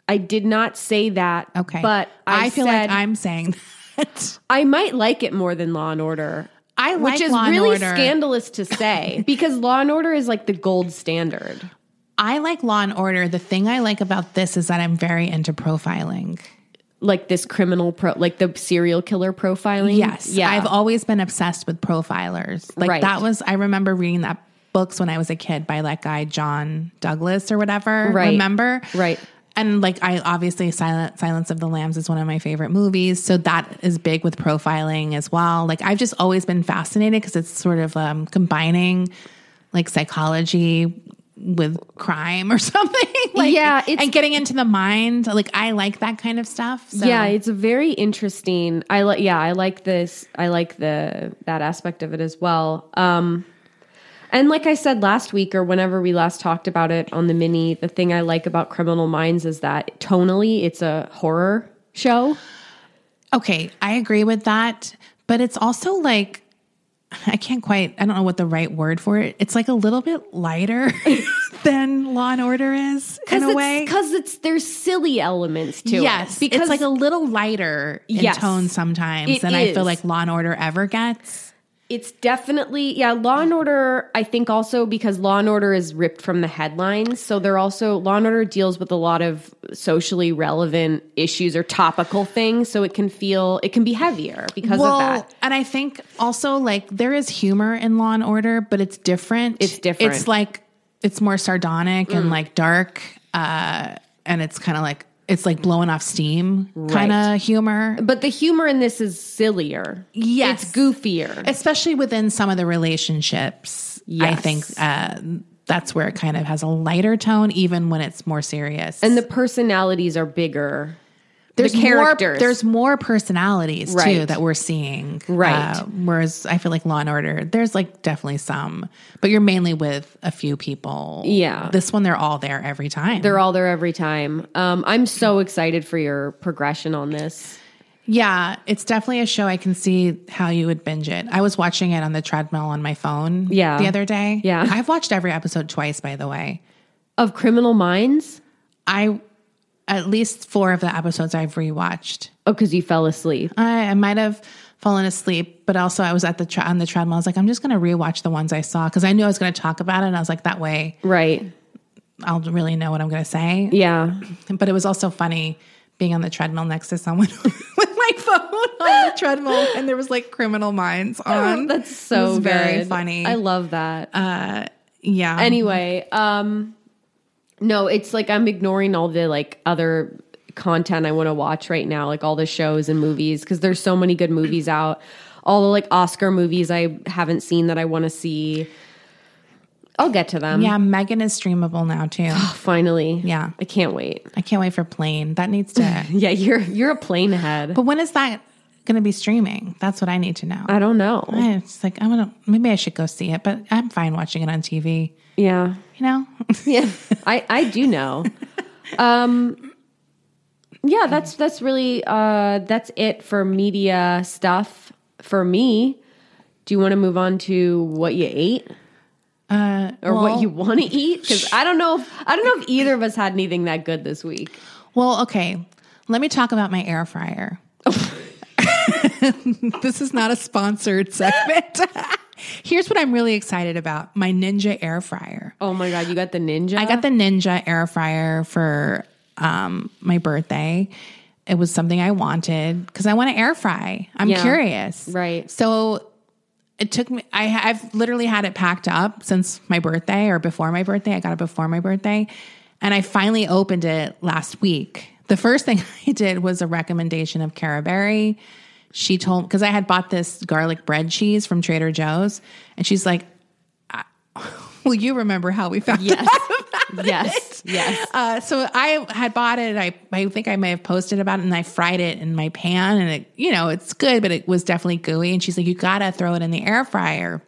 [SPEAKER 1] I did not say that.
[SPEAKER 2] Okay,
[SPEAKER 1] but I,
[SPEAKER 2] feel
[SPEAKER 1] said
[SPEAKER 2] like I'm saying that.
[SPEAKER 1] I might like it more than Law and Order.
[SPEAKER 2] I like
[SPEAKER 1] Which is
[SPEAKER 2] Law and
[SPEAKER 1] really
[SPEAKER 2] Order.
[SPEAKER 1] scandalous to say because Law and Order is like the gold standard.
[SPEAKER 2] I like Law and Order. The thing I like about this is that I'm very into profiling.
[SPEAKER 1] like this criminal pro like the serial killer profiling
[SPEAKER 2] Yes.
[SPEAKER 1] yeah
[SPEAKER 2] I've always been obsessed with profilers. Like
[SPEAKER 1] Right.
[SPEAKER 2] that was I remember reading that books when I was a kid by that guy John Douglas or whatever.
[SPEAKER 1] Right.
[SPEAKER 2] Remember?
[SPEAKER 1] Right.
[SPEAKER 2] And like I obviously Silent Silence of the Lambs is one of my favorite movies. So that is big with profiling as well. Like I've just always been fascinated because it's sort of um combining like psychology with crime or something. like
[SPEAKER 1] Yeah, it's-
[SPEAKER 2] and getting into the mind. Like I like that kind of stuff. So
[SPEAKER 1] yeah it's a very interesting i like yeah i like this i like the that aspect of it as well um and like i said last week or whenever we last talked about it on the mini the thing i like about criminal minds is that tonally it's a horror show
[SPEAKER 2] Okay, I agree with that, but it's also like I can't quite I don't know what the right word for it. It's like a little bit lighter than Law and Order is in a way.
[SPEAKER 1] because it's there's silly elements to
[SPEAKER 2] Yes,
[SPEAKER 1] it because
[SPEAKER 2] it's like a little lighter in
[SPEAKER 1] Yes.
[SPEAKER 2] tone sometimes
[SPEAKER 1] It
[SPEAKER 2] than I feel
[SPEAKER 1] is.
[SPEAKER 2] like Law and Order ever gets.
[SPEAKER 1] It's definitely yeah, Law and Order, I think also because Law and Order is ripped from the headlines. So they're also Law and Order deals with a lot of socially relevant issues or topical things, so it can feel it can be heavier because of that.
[SPEAKER 2] and I think also like there is humor in Law and Order, but it's different.
[SPEAKER 1] It's different. Mm.
[SPEAKER 2] It's like it's more sardonic and like dark, uh, and it's kind of like it's like blowing off steam kind of humor.
[SPEAKER 1] But the humor in this is sillier.
[SPEAKER 2] Yes.
[SPEAKER 1] It's goofier.
[SPEAKER 2] especially within some of the relationships. I
[SPEAKER 1] Yes.
[SPEAKER 2] think uh, that's where it kind of has a lighter tone, even when it's more serious.
[SPEAKER 1] and the personalities are bigger.
[SPEAKER 2] there's
[SPEAKER 1] the
[SPEAKER 2] more
[SPEAKER 1] characters.
[SPEAKER 2] there's more personalities too
[SPEAKER 1] Right.
[SPEAKER 2] that we're seeing, Uh,
[SPEAKER 1] Right.
[SPEAKER 2] whereas I feel like Law and Order, there's like definitely some, but you're mainly with a few people.
[SPEAKER 1] Yeah.
[SPEAKER 2] this one they're all there every time.
[SPEAKER 1] They're all there every time. Um, I'm so excited for your progression on this.
[SPEAKER 2] yeah, it's definitely a show I can see how you would binge it. I was watching it on the treadmill on my phone.
[SPEAKER 1] Yeah.
[SPEAKER 2] the other day.
[SPEAKER 1] Yeah.
[SPEAKER 2] I've watched every episode twice, by the way.
[SPEAKER 1] Of Criminal Minds?
[SPEAKER 2] I at least four of the episodes I've rewatched.
[SPEAKER 1] Oh, because you fell asleep.
[SPEAKER 2] I, I might have fallen asleep, but also I was at the tre- on the treadmill. I was like, I'm just going to rewatch the ones I saw because I knew I was going to talk about it. And I was like, that way
[SPEAKER 1] Right.
[SPEAKER 2] I'll really know what I'm going to say.
[SPEAKER 1] Yeah.
[SPEAKER 2] But it was also funny being on the treadmill next to someone with my phone on the treadmill, and there was like Criminal Minds on.
[SPEAKER 1] Oh, That's so
[SPEAKER 2] it was very
[SPEAKER 1] good.
[SPEAKER 2] funny. Um,
[SPEAKER 1] I love that.
[SPEAKER 2] yeah.
[SPEAKER 1] anyway, um no, it's like I'm ignoring all the like other content I want to watch right now, like all the shows and movies cuz there's so many good movies out. All the like Oscar movies I haven't seen that I want to see. I'll get to them.
[SPEAKER 2] yeah, Megan is streamable now too.
[SPEAKER 1] Oh. Finally.
[SPEAKER 2] Yeah.
[SPEAKER 1] I can't wait.
[SPEAKER 2] I can't wait for Plane. That needs to
[SPEAKER 1] Yeah, you're you're a plane head.
[SPEAKER 2] But when is that going to be streaming? That's what I need to know.
[SPEAKER 1] I don't know.
[SPEAKER 2] I- it's like I'm gonna maybe I should go see it, but I'm fine watching it on TV.
[SPEAKER 1] yeah.
[SPEAKER 2] You know,
[SPEAKER 1] yeah i i do know um yeah that's that's really uh that's it for media stuff for me do you want to move on to what you ate
[SPEAKER 2] Uh,
[SPEAKER 1] or
[SPEAKER 2] well-
[SPEAKER 1] what you want to eat because I don't know. If, I don't know if either of us had anything that good this week.
[SPEAKER 2] Well, okay. Let me talk about my air fryer. this is not a sponsored segment. Here's what I'm really excited about my Ninja air fryer.
[SPEAKER 1] Oh my god, you got the ninja.
[SPEAKER 2] I got the Ninja air fryer for um, my birthday. It was something I wanted because I want to air fry. I'm
[SPEAKER 1] Yeah.
[SPEAKER 2] curious.
[SPEAKER 1] Right.
[SPEAKER 2] So it took me, I, ha- I've literally had it packed up since my birthday or before my birthday. I got it before my birthday. And I finally opened it last week. The first thing I did was a recommendation of Cara Berry. She told, because I had bought this garlic bread cheese from Trader Joe's. And she's like, I- well, you remember how we found
[SPEAKER 1] yes,
[SPEAKER 2] out
[SPEAKER 1] yes, yes.
[SPEAKER 2] uh, so I had bought it. I, I think I may have posted about it and I fried it in my pan and it, you know, it's good, but it was definitely gooey. And she's like, you gotta throw it in the air fryer.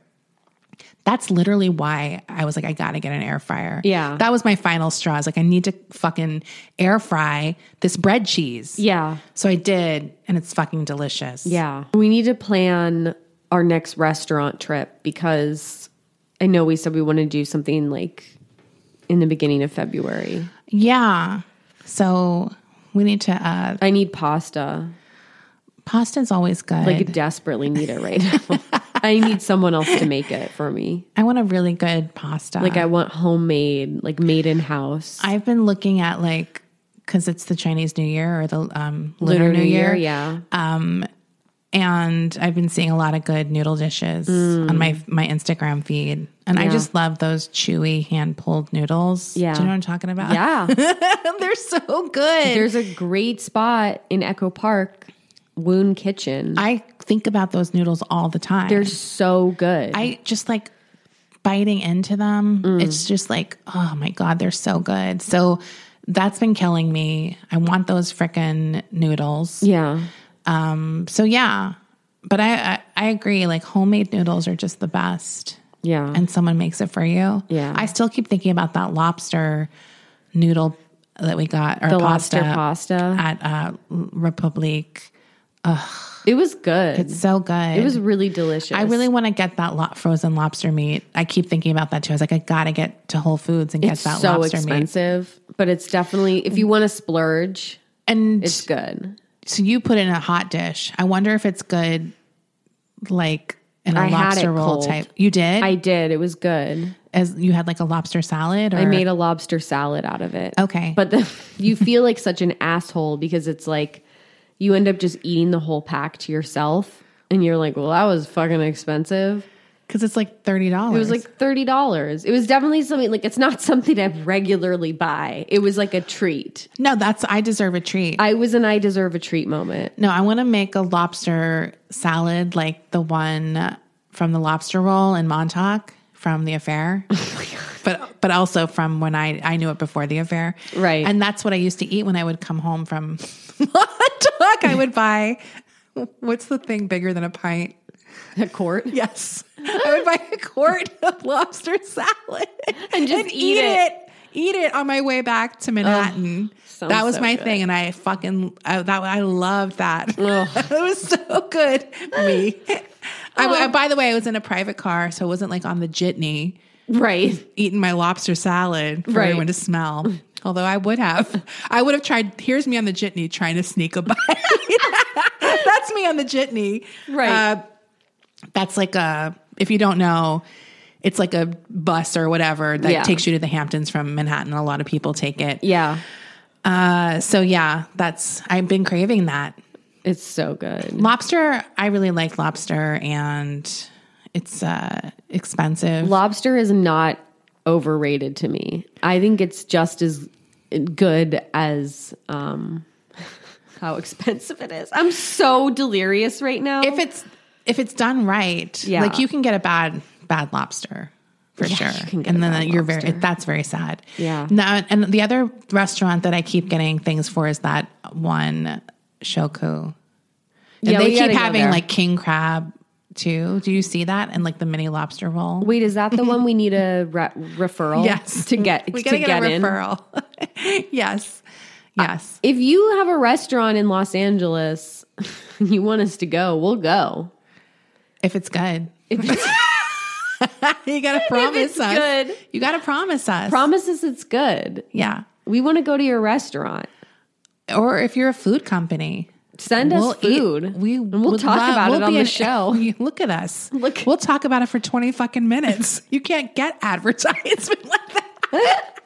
[SPEAKER 2] That's literally why I was like, I gotta get an air fryer.
[SPEAKER 1] Yeah.
[SPEAKER 2] That was my final straw. I was like, I need to fucking air fry this bread cheese.
[SPEAKER 1] Yeah,
[SPEAKER 2] So I did, and it's fucking delicious.
[SPEAKER 1] yeah. We need to plan our next restaurant trip because I know we said we want to do something like in the beginning of February.
[SPEAKER 2] Yeah. So we need to uh
[SPEAKER 1] I need pasta.
[SPEAKER 2] pasta's always good.
[SPEAKER 1] Like I desperately need it right now. I need someone else to make it for me.
[SPEAKER 2] I want a really good pasta.
[SPEAKER 1] Like I want homemade, like made in house.
[SPEAKER 2] I've been looking at like because it's the Chinese New Year or the um, Lunar, New, Year,
[SPEAKER 1] yeah.
[SPEAKER 2] And I've been seeing a lot of good noodle dishes on my my Instagram feed, and I just love those chewy hand pulled noodles.
[SPEAKER 1] Yeah.
[SPEAKER 2] do you know what I'm talking about?
[SPEAKER 1] yeah.
[SPEAKER 2] they're so good.
[SPEAKER 1] There's a great spot in Echo Park, Woon Kitchen.
[SPEAKER 2] I think about those noodles all the time.
[SPEAKER 1] They're so good.
[SPEAKER 2] I just like biting into them. It's just like, oh my God, they're so good. So that's been killing me. I want those frickin' noodles.
[SPEAKER 1] yeah.
[SPEAKER 2] So yeah, but I, I I agree. Like homemade noodles are just the best,
[SPEAKER 1] Yeah.
[SPEAKER 2] and someone makes it for you.
[SPEAKER 1] Yeah.
[SPEAKER 2] I still keep thinking about that lobster noodle that we got or
[SPEAKER 1] the
[SPEAKER 2] pasta
[SPEAKER 1] lobster pasta.
[SPEAKER 2] at uh, Republique.
[SPEAKER 1] It was good.
[SPEAKER 2] So good.
[SPEAKER 1] it was really delicious.
[SPEAKER 2] I really want to get that lo- frozen lobster meat. I keep thinking about that too. I was like, I gotta get to Whole Foods and get
[SPEAKER 1] it's
[SPEAKER 2] that
[SPEAKER 1] so
[SPEAKER 2] lobster meat.
[SPEAKER 1] expensive, but it's definitely if you want to splurge,
[SPEAKER 2] And
[SPEAKER 1] it's good.
[SPEAKER 2] so you put it in a hot dish. I wonder if it's good, like in a
[SPEAKER 1] I had
[SPEAKER 2] lobster
[SPEAKER 1] it
[SPEAKER 2] roll
[SPEAKER 1] cold.
[SPEAKER 2] type. You did?
[SPEAKER 1] I did. It was good.
[SPEAKER 2] as you had like a lobster salad or
[SPEAKER 1] I made a lobster salad out of it.
[SPEAKER 2] Okay.
[SPEAKER 1] But the, you feel like such an asshole because it's like you end up just eating the whole pack to yourself and you're like, well, that was fucking expensive.
[SPEAKER 2] because it's like thirty dollars.
[SPEAKER 1] It was like $30. It was definitely something like it's not something I regularly buy. It was like a treat.
[SPEAKER 2] no, that's I deserve a treat.
[SPEAKER 1] I was an I deserve a treat moment.
[SPEAKER 2] no, I want to make a lobster salad like the one from the lobster roll in Montauk from the affair.
[SPEAKER 1] Oh
[SPEAKER 2] But but also from when I I knew it before the affair,
[SPEAKER 1] Right.
[SPEAKER 2] And that's what I used to eat when I would come home from Montauk. I would buy what's the thing bigger than a pint?
[SPEAKER 1] A court.
[SPEAKER 2] Yes, I would buy a quart of lobster salad
[SPEAKER 1] And just eat it. Oh,
[SPEAKER 2] Eat it on my way back to Manhattan.
[SPEAKER 1] sounds
[SPEAKER 2] that was
[SPEAKER 1] so
[SPEAKER 2] my
[SPEAKER 1] good.
[SPEAKER 2] thing, and I fucking I, that I loved that. it was so good. Me. I, I- by the way, I was in a private car, so it wasn't like on the jitney
[SPEAKER 1] Right.
[SPEAKER 2] eating my lobster salad for
[SPEAKER 1] Right.
[SPEAKER 2] everyone to smell. Although I would have, I would have tried. Here's me on the jitney trying to sneak a bite. That's me on the jitney.
[SPEAKER 1] Right.
[SPEAKER 2] Uh, that's like a if you don't know it's like a bus or whatever that
[SPEAKER 1] Yeah.
[SPEAKER 2] takes you to the hamptons from manhattan a lot of people take it
[SPEAKER 1] yeah.
[SPEAKER 2] Uh, so yeah that's i've been craving that
[SPEAKER 1] It's so good.
[SPEAKER 2] lobster i really like lobster and it's uh expensive
[SPEAKER 1] Lobster is not overrated to me. I think it's just as good as um how expensive it is. I'm so delirious right now.
[SPEAKER 2] if it's if it's done right
[SPEAKER 1] Yeah.
[SPEAKER 2] like you can get a bad bad lobster for sure and then you're very that's very sad
[SPEAKER 1] Yeah.
[SPEAKER 2] now and the other restaurant that i keep getting things for is that one shoku And
[SPEAKER 1] Yeah,
[SPEAKER 2] they
[SPEAKER 1] we gotta
[SPEAKER 2] keep
[SPEAKER 1] go
[SPEAKER 2] having
[SPEAKER 1] there.
[SPEAKER 2] like king crab too. Do you see that? And like the mini lobster roll.
[SPEAKER 1] Wait, is that the one we need a re- referral?
[SPEAKER 2] Yes.
[SPEAKER 1] to get
[SPEAKER 2] we
[SPEAKER 1] to
[SPEAKER 2] gotta
[SPEAKER 1] get,
[SPEAKER 2] get, a
[SPEAKER 1] in. Uh,
[SPEAKER 2] referral. yes. Yes.
[SPEAKER 1] If you have a restaurant in Los Angeles, you want us to go, we'll go.
[SPEAKER 2] if it's good. you gotta promise
[SPEAKER 1] it's
[SPEAKER 2] us.
[SPEAKER 1] good.
[SPEAKER 2] You gotta promise us.
[SPEAKER 1] Promises it's good.
[SPEAKER 2] yeah.
[SPEAKER 1] We want to go to your restaurant.
[SPEAKER 2] Or if you're a food company,
[SPEAKER 1] Send us
[SPEAKER 2] eat-
[SPEAKER 1] food.
[SPEAKER 2] we
[SPEAKER 1] and we'll
[SPEAKER 2] would
[SPEAKER 1] talk
[SPEAKER 2] love-
[SPEAKER 1] about it
[SPEAKER 2] we'll
[SPEAKER 1] on
[SPEAKER 2] be
[SPEAKER 1] the
[SPEAKER 2] an-
[SPEAKER 1] show.
[SPEAKER 2] Look at us.
[SPEAKER 1] Look.
[SPEAKER 2] We'll talk about it for 20 fucking minutes. You can't get advertisement like that.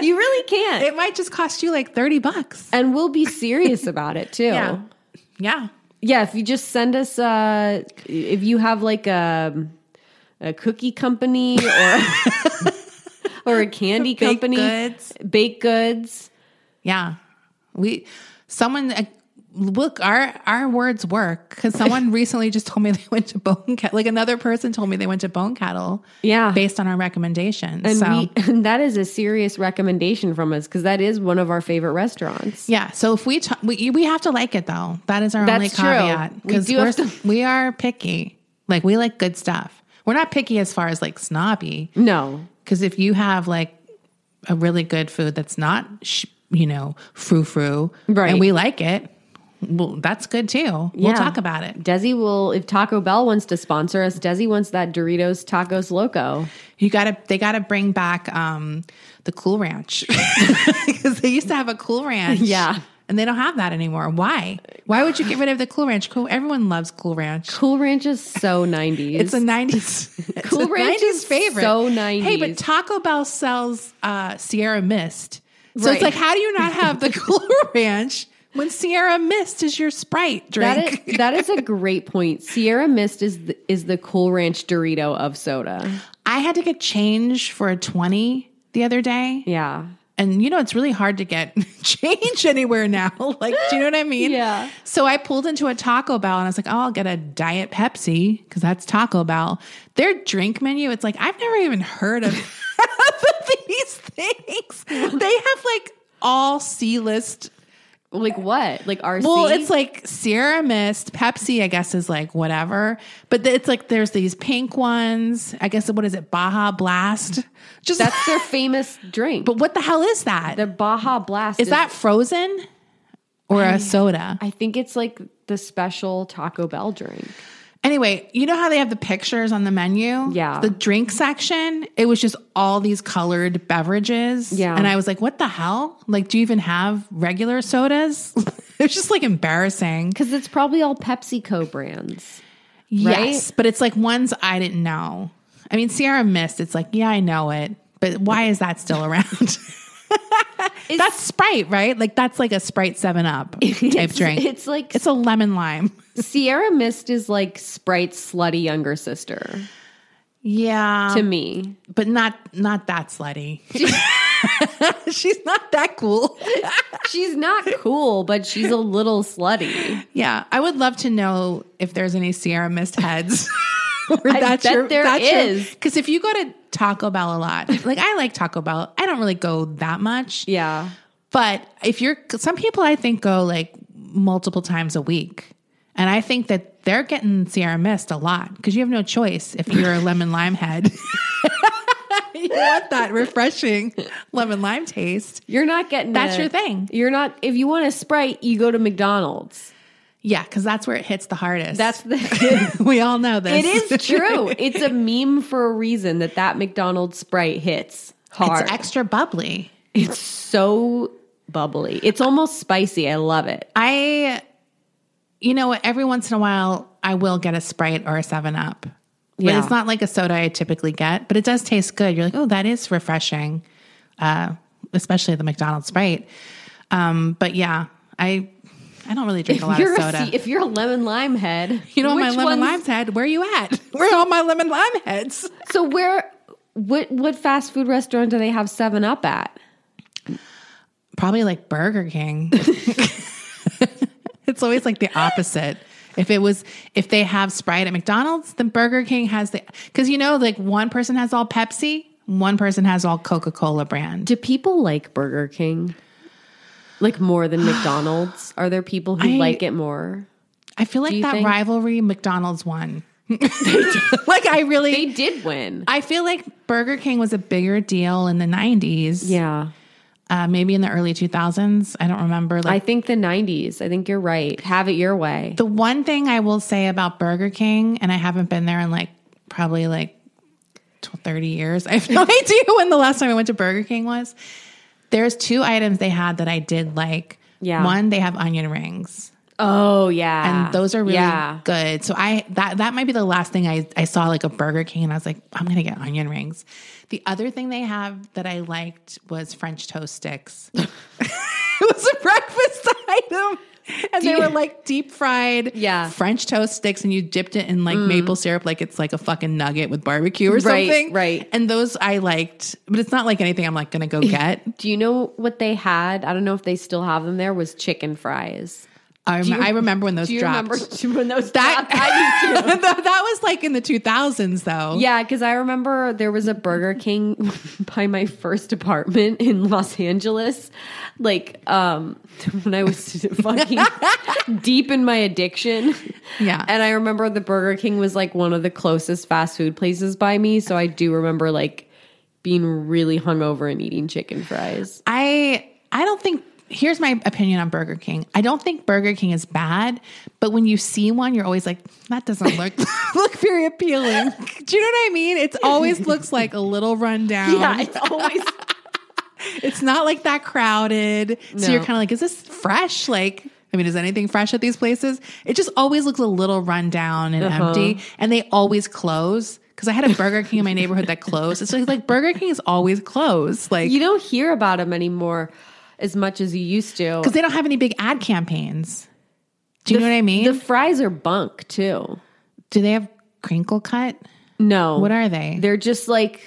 [SPEAKER 1] you really can't.
[SPEAKER 2] It might just cost you like 30 bucks.
[SPEAKER 1] and we'll be serious about it too.
[SPEAKER 2] Yeah. Yeah.
[SPEAKER 1] Yeah, if you just send us, uh, if you have like a, a cookie company or or a candy
[SPEAKER 2] Baked
[SPEAKER 1] company,
[SPEAKER 2] goods.
[SPEAKER 1] baked goods.
[SPEAKER 2] Yeah. We someone uh, look our our words work cuz someone recently just told me they went to Bone Cattle. Like another person told me they went to Bone Cattle
[SPEAKER 1] Yeah.
[SPEAKER 2] based on our recommendations.
[SPEAKER 1] and,
[SPEAKER 2] so
[SPEAKER 1] we, and that is a serious recommendation from us because that is one of our favorite restaurants.
[SPEAKER 2] Yeah. So if we, t- we we have to like it though. That is our
[SPEAKER 1] That's
[SPEAKER 2] only
[SPEAKER 1] true.
[SPEAKER 2] caveat.
[SPEAKER 1] We
[SPEAKER 2] Because
[SPEAKER 1] do
[SPEAKER 2] we are
[SPEAKER 1] have to-
[SPEAKER 2] we are picky. Like we like good stuff. We're not picky as far as like snobby.
[SPEAKER 1] No,
[SPEAKER 2] Because if you have like a really good food that's not sh- you know frou frou,
[SPEAKER 1] Right.
[SPEAKER 2] And we like it. Well, that's good too. We'll
[SPEAKER 1] Yeah.
[SPEAKER 2] talk about it.
[SPEAKER 1] Desi will if Taco Bell wants to sponsor us. Desi wants that Doritos Tacos Loco.
[SPEAKER 2] You gotta, they gotta bring back um, the Cool Ranch because they used to have a Cool Ranch,
[SPEAKER 1] Yeah.
[SPEAKER 2] and they don't have that anymore. Why? Why would you get rid of the Cool Ranch? Cool, everyone loves Cool Ranch.
[SPEAKER 1] Cool Ranch is so nineties.
[SPEAKER 2] It's a nineties
[SPEAKER 1] Cool Ranch is so
[SPEAKER 2] Hey, but
[SPEAKER 1] 90s.
[SPEAKER 2] Taco Bell sells uh, Sierra Mist, so
[SPEAKER 1] Right.
[SPEAKER 2] it's like, how do you not have the Cool Ranch when Sierra Mist is your Sprite drink?
[SPEAKER 1] That is, that is a great point. Sierra Mist is the, is the Cool Ranch Dorito of soda.
[SPEAKER 2] I had to get change for a twenty the other day.
[SPEAKER 1] Yeah.
[SPEAKER 2] and you know it's really hard to get change anywhere now like do you know what i mean
[SPEAKER 1] Yeah.
[SPEAKER 2] so i pulled into a taco bell and i was like oh i'll get a diet pepsi because that's taco bell their drink menu it's like i've never even heard of these things they have like all c-list
[SPEAKER 1] Like what? Like RC?
[SPEAKER 2] well, it's like Sierra Mist, Pepsi, I guess, is like whatever. But th- it's like there's these pink ones. I guess what is it? Baja Blast. Just
[SPEAKER 1] that's their famous drink.
[SPEAKER 2] but what the hell is that?
[SPEAKER 1] the Baja Blast
[SPEAKER 2] Is that frozen or a soda?
[SPEAKER 1] I think it's like the special Taco Bell drink.
[SPEAKER 2] Anyway, you know how they have the pictures on the menu?
[SPEAKER 1] Yeah.
[SPEAKER 2] The drink section, it was just all these colored beverages.
[SPEAKER 1] Yeah.
[SPEAKER 2] And I was like, what the hell? Like, do you even have regular sodas? it was just like embarrassing.
[SPEAKER 1] Because it's probably all PepsiCo brands.
[SPEAKER 2] Yes. But it's like ones I didn't know. I mean, Sierra Mist, it's like, yeah, I know it. But why is that still around? that's Sprite, right? Like, that's like a Sprite 7 Up type drink.
[SPEAKER 1] It's like
[SPEAKER 2] it's a lemon lime.
[SPEAKER 1] Sierra Mist is like Sprite's slutty younger sister
[SPEAKER 2] Yeah.
[SPEAKER 1] to me.
[SPEAKER 2] but not not that slutty. she's not that cool.
[SPEAKER 1] She's not cool, but she's a little slutty.
[SPEAKER 2] Yeah, I would love to know if there's any Sierra Mist heads. Or
[SPEAKER 1] bet there is.
[SPEAKER 2] Because if you go to Taco Bell a lot, like I like Taco Bell, I don't really go that much.
[SPEAKER 1] Yeah.
[SPEAKER 2] But if you're, some people I think go like multiple times a week. And I think that they're getting Sierra Mist a lot because you have no choice if you're a lemon lime head. you want that refreshing lemon lime taste.
[SPEAKER 1] You're not getting
[SPEAKER 2] That's
[SPEAKER 1] a-
[SPEAKER 2] your thing.
[SPEAKER 1] You're not if you want a Sprite, you go to McDonald's.
[SPEAKER 2] Yeah, because that's where it hits the hardest.
[SPEAKER 1] That's the
[SPEAKER 2] we all know this.
[SPEAKER 1] It is true. It's a meme for a reason that that McDonald's Sprite hits hard.
[SPEAKER 2] It's extra bubbly.
[SPEAKER 1] It's so bubbly. It's almost spicy. I love it.
[SPEAKER 2] I, you know, what? every once in a while, I will get a Sprite or a Seven Up, but
[SPEAKER 1] Yeah.
[SPEAKER 2] it's not like a soda I typically get. But it does taste good. You're like, oh, that is refreshing, uh, especially the McDonald's Sprite. Um, but yeah, I, I don't really drink a lot
[SPEAKER 1] You're
[SPEAKER 2] of
[SPEAKER 1] a
[SPEAKER 2] soda.
[SPEAKER 1] C- if you're a lemon lime head,
[SPEAKER 2] you know, my
[SPEAKER 1] which
[SPEAKER 2] lemon
[SPEAKER 1] ones-
[SPEAKER 2] lime's head. Where you at? Where are all my lemon lime heads?
[SPEAKER 1] So where what what fast food restaurant do they have 7 up at?
[SPEAKER 2] Probably like Burger King. it's always like the opposite. If it was, if they have Sprite at McDonald's, then Burger King has the, because you know, like one person has all Pepsi, one person has all Coca Cola brand.
[SPEAKER 1] Do people like Burger King? Like more than McDonald's? Are there people who
[SPEAKER 2] I-
[SPEAKER 1] like it more?
[SPEAKER 2] I feel like
[SPEAKER 1] you
[SPEAKER 2] that
[SPEAKER 1] think-
[SPEAKER 2] rivalry, McDonald's won. like I really,
[SPEAKER 1] They did win.
[SPEAKER 2] I feel like Burger King was a bigger deal in the 90s.
[SPEAKER 1] Yeah.
[SPEAKER 2] Uh, maybe in the early 2000s. I don't remember. Like
[SPEAKER 1] I think the 90s. I think you're right. Have it your way.
[SPEAKER 2] The one thing I will say about Burger King, and I haven't been there in like probably like tw- 30 years. I have no idea when the last time I went to Burger King was. There's two items they had that I did like.
[SPEAKER 1] Yeah.
[SPEAKER 2] One, they have onion rings.
[SPEAKER 1] Oh yeah,
[SPEAKER 2] And those are really
[SPEAKER 1] yeah.
[SPEAKER 2] good. So I that that might be the last thing I, I saw like a Burger King and I was like, I'm gonna get onion rings. The other thing they have that I liked was French toast sticks. it was a breakfast item. And they were like deep fried
[SPEAKER 1] Yeah. Mm.
[SPEAKER 2] French toast sticks and you dipped it in like maple syrup like it's like a fucking nugget with barbecue or
[SPEAKER 1] Right,
[SPEAKER 2] something.
[SPEAKER 1] right.
[SPEAKER 2] And those I liked, but it's not like anything I'm like gonna go get.
[SPEAKER 1] Do you know what they had? I don't know if they still have them. There was chicken fries.
[SPEAKER 2] I, rem- I remember when those
[SPEAKER 1] Do you
[SPEAKER 2] dropped.
[SPEAKER 1] remember when those
[SPEAKER 2] That,
[SPEAKER 1] dropped? I do too.
[SPEAKER 2] that that was like in the 2000s though.
[SPEAKER 1] Yeah, because I remember there was a Burger King by my first apartment in Los Angeles. Like um, when I was fucking deep in my addiction.
[SPEAKER 2] Yeah.
[SPEAKER 1] And I remember the Burger King was like one of the closest fast food places by me. So I do remember like being really hungover and eating chicken fries.
[SPEAKER 2] I I don't think here's my opinion on Burger King. I don't think Burger King is bad, but when you see one, you're always like, that doesn't look look very appealing. Do you know what I mean? It's always looks like a little rundown.
[SPEAKER 1] Yeah, it's always
[SPEAKER 2] It's not like that crowded. So
[SPEAKER 1] No.
[SPEAKER 2] you're kind of like, is this fresh? Like, I mean, is anything fresh at these places? It just always looks a little rundown and
[SPEAKER 1] Uh-huh.
[SPEAKER 2] empty, and they always close. Because I had a Burger King in my neighborhood that closed. It's like, like Burger King is always closed. Like
[SPEAKER 1] you don't hear about them anymore as much as you used to.
[SPEAKER 2] because they don't have any big ad campaigns. Do you know what I mean?
[SPEAKER 1] The fries are bunk too.
[SPEAKER 2] Do they have crinkle cut?
[SPEAKER 1] No.
[SPEAKER 2] What are they?
[SPEAKER 1] They're just like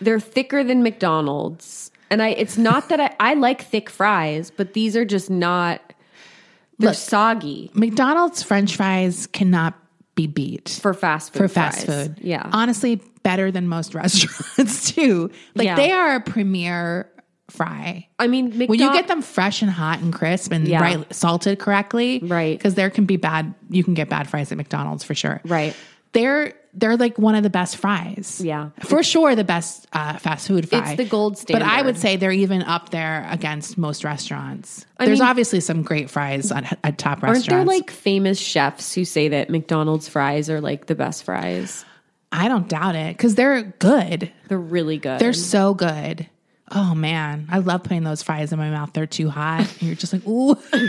[SPEAKER 1] they're thicker than McDonald's. And I it's not that I, I like thick fries, but these are just not they're
[SPEAKER 2] Look.
[SPEAKER 1] soggy
[SPEAKER 2] McDonald's French fries cannot be beat
[SPEAKER 1] for fast food.
[SPEAKER 2] for fast
[SPEAKER 1] fries.
[SPEAKER 2] food.
[SPEAKER 1] Yeah.
[SPEAKER 2] honestly, better than most restaurants too. Like
[SPEAKER 1] Yeah.
[SPEAKER 2] they are a premier fry.
[SPEAKER 1] I mean McDonald's
[SPEAKER 2] When you get them fresh and hot and crisp and
[SPEAKER 1] Yeah.
[SPEAKER 2] right salted correctly,
[SPEAKER 1] Right.
[SPEAKER 2] Because there can be bad. You can get bad fries at McDonald's for sure,
[SPEAKER 1] Right.
[SPEAKER 2] They're they're like one of the best fries,
[SPEAKER 1] Yeah.
[SPEAKER 2] for sure. The best uh, fast food fry.
[SPEAKER 1] It's the gold
[SPEAKER 2] But I
[SPEAKER 1] standard.
[SPEAKER 2] would say they're even up there against most restaurants.
[SPEAKER 1] I
[SPEAKER 2] There's
[SPEAKER 1] mean-
[SPEAKER 2] obviously some great fries at, at top
[SPEAKER 1] Aren't
[SPEAKER 2] restaurants.
[SPEAKER 1] there like famous chefs who say that McDonald's fries are like the best fries?
[SPEAKER 2] I don't doubt it because they're good.
[SPEAKER 1] They're really good.
[SPEAKER 2] They're so good. Oh man, I love putting those fries in my mouth. They're too hot. And you're just like, ooh,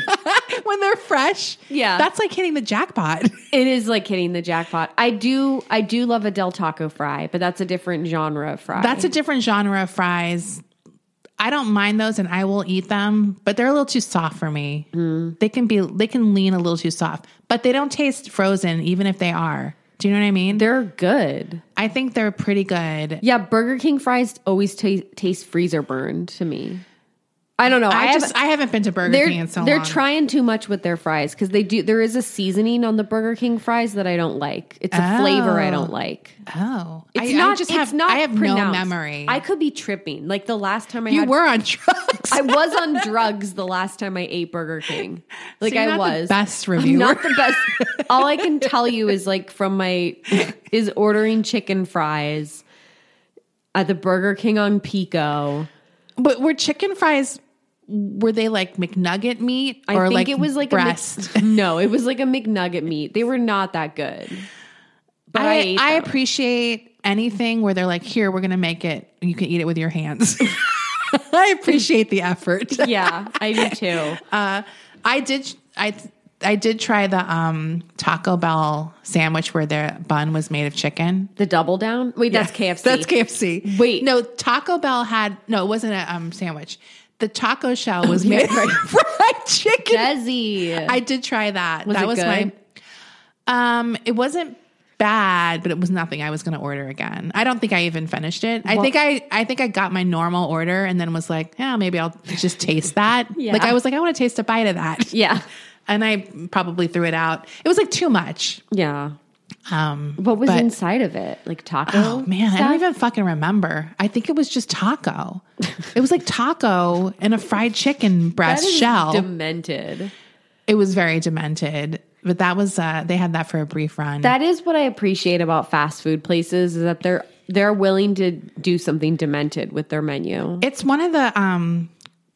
[SPEAKER 2] when they're fresh.
[SPEAKER 1] Yeah.
[SPEAKER 2] That's like hitting the jackpot.
[SPEAKER 1] It is like hitting the jackpot. I do I do love a Del Taco fry, but that's a different genre of fry.
[SPEAKER 2] That's a different genre of fries. I don't mind those and I will eat them, but they're a little too soft for me. They can be, they can lean a little too soft, but they don't taste frozen, even if they are. Do you know what I mean?
[SPEAKER 1] they're good.
[SPEAKER 2] I think they're pretty good.
[SPEAKER 1] Yeah, Burger King fries always ta taste freezer burned to me. I don't know. I,
[SPEAKER 2] I,
[SPEAKER 1] have-
[SPEAKER 2] just, I haven't been to Burger
[SPEAKER 1] they're
[SPEAKER 2] King in so
[SPEAKER 1] they're
[SPEAKER 2] long.
[SPEAKER 1] trying too much with their fries because they do. There is a seasoning on the Burger King fries that I don't like. It's a flavor I don't like.
[SPEAKER 2] oh,
[SPEAKER 1] It's
[SPEAKER 2] I,
[SPEAKER 1] not.
[SPEAKER 2] I just
[SPEAKER 1] it's
[SPEAKER 2] have,
[SPEAKER 1] not.
[SPEAKER 2] I have no
[SPEAKER 1] pronounced.
[SPEAKER 2] memory.
[SPEAKER 1] I could be tripping. Like the last time I
[SPEAKER 2] you
[SPEAKER 1] had,
[SPEAKER 2] were on drugs.
[SPEAKER 1] I was on drugs the last time I ate Burger King. Like
[SPEAKER 2] you're
[SPEAKER 1] I
[SPEAKER 2] not the
[SPEAKER 1] was
[SPEAKER 2] best
[SPEAKER 1] I'm
[SPEAKER 2] reviewer.
[SPEAKER 1] not the best. All I can tell you is like from my is ordering chicken fries at the Burger King on Pico.
[SPEAKER 2] But were chicken fries were they like McNugget meat
[SPEAKER 1] I
[SPEAKER 2] or
[SPEAKER 1] think
[SPEAKER 2] like
[SPEAKER 1] it was like
[SPEAKER 2] breast?
[SPEAKER 1] a Mc, no, it was like a McNugget meat. They were not that good. But I,
[SPEAKER 2] I
[SPEAKER 1] ate
[SPEAKER 2] I
[SPEAKER 1] them.
[SPEAKER 2] appreciate anything where they're like, here we're gonna make it. You can eat it with your hands. I appreciate the effort.
[SPEAKER 1] yeah, I do too.
[SPEAKER 2] Uh, I did. I I did try the um, Taco Bell sandwich where their bun was made of chicken.
[SPEAKER 1] The double down. Wait, that's KFC.
[SPEAKER 2] That's KFC.
[SPEAKER 1] Wait.
[SPEAKER 2] no. Taco Bell had no. It wasn't a um, sandwich. The taco
[SPEAKER 1] Oh,
[SPEAKER 2] shell was made of fried chicken.
[SPEAKER 1] Desi.
[SPEAKER 2] I did try that. that
[SPEAKER 1] it
[SPEAKER 2] was
[SPEAKER 1] good?
[SPEAKER 2] my um it wasn't bad, but it was nothing I was gonna order again. I don't think I even finished it. I think I I think I got my normal order and then was like, yeah, maybe I'll just taste that.
[SPEAKER 1] Yeah.
[SPEAKER 2] Like I was like, I want to taste a bite of that.
[SPEAKER 1] yeah.
[SPEAKER 2] And I probably threw it out. It was like too much.
[SPEAKER 1] Yeah.
[SPEAKER 2] Um
[SPEAKER 1] What was
[SPEAKER 2] but-
[SPEAKER 1] inside of it? Like taco?
[SPEAKER 2] Oh man, I
[SPEAKER 1] stuff?
[SPEAKER 2] don't even fucking remember. I think it was just taco. it was like taco and a fried chicken breast
[SPEAKER 1] That is
[SPEAKER 2] shell.
[SPEAKER 1] Demented.
[SPEAKER 2] It was very demented, but that was uh they had that for a brief run.
[SPEAKER 1] That is what I appreciate about fast food places is that they're they're willing to do something demented with their menu.
[SPEAKER 2] it's one of the um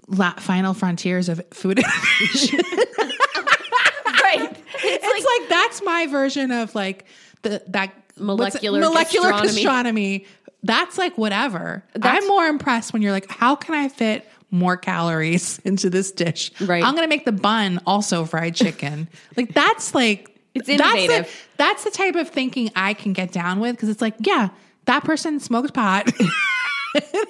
[SPEAKER 2] la- final frontiers of food. innovation.
[SPEAKER 1] right.
[SPEAKER 2] it's like, that's my version of like the that What's-
[SPEAKER 1] molecular,
[SPEAKER 2] molecular
[SPEAKER 1] gastronomy.
[SPEAKER 2] gastronomy. That's like whatever.
[SPEAKER 1] That's-
[SPEAKER 2] I'm more impressed when you're like, how can I fit more calories into this dish?
[SPEAKER 1] Right.
[SPEAKER 2] I'm gonna make the bun also fried chicken. like that's like
[SPEAKER 1] It's
[SPEAKER 2] That's
[SPEAKER 1] innovative.
[SPEAKER 2] the, that's the type of thinking I can get down with because it's like, yeah, that person smoked pot.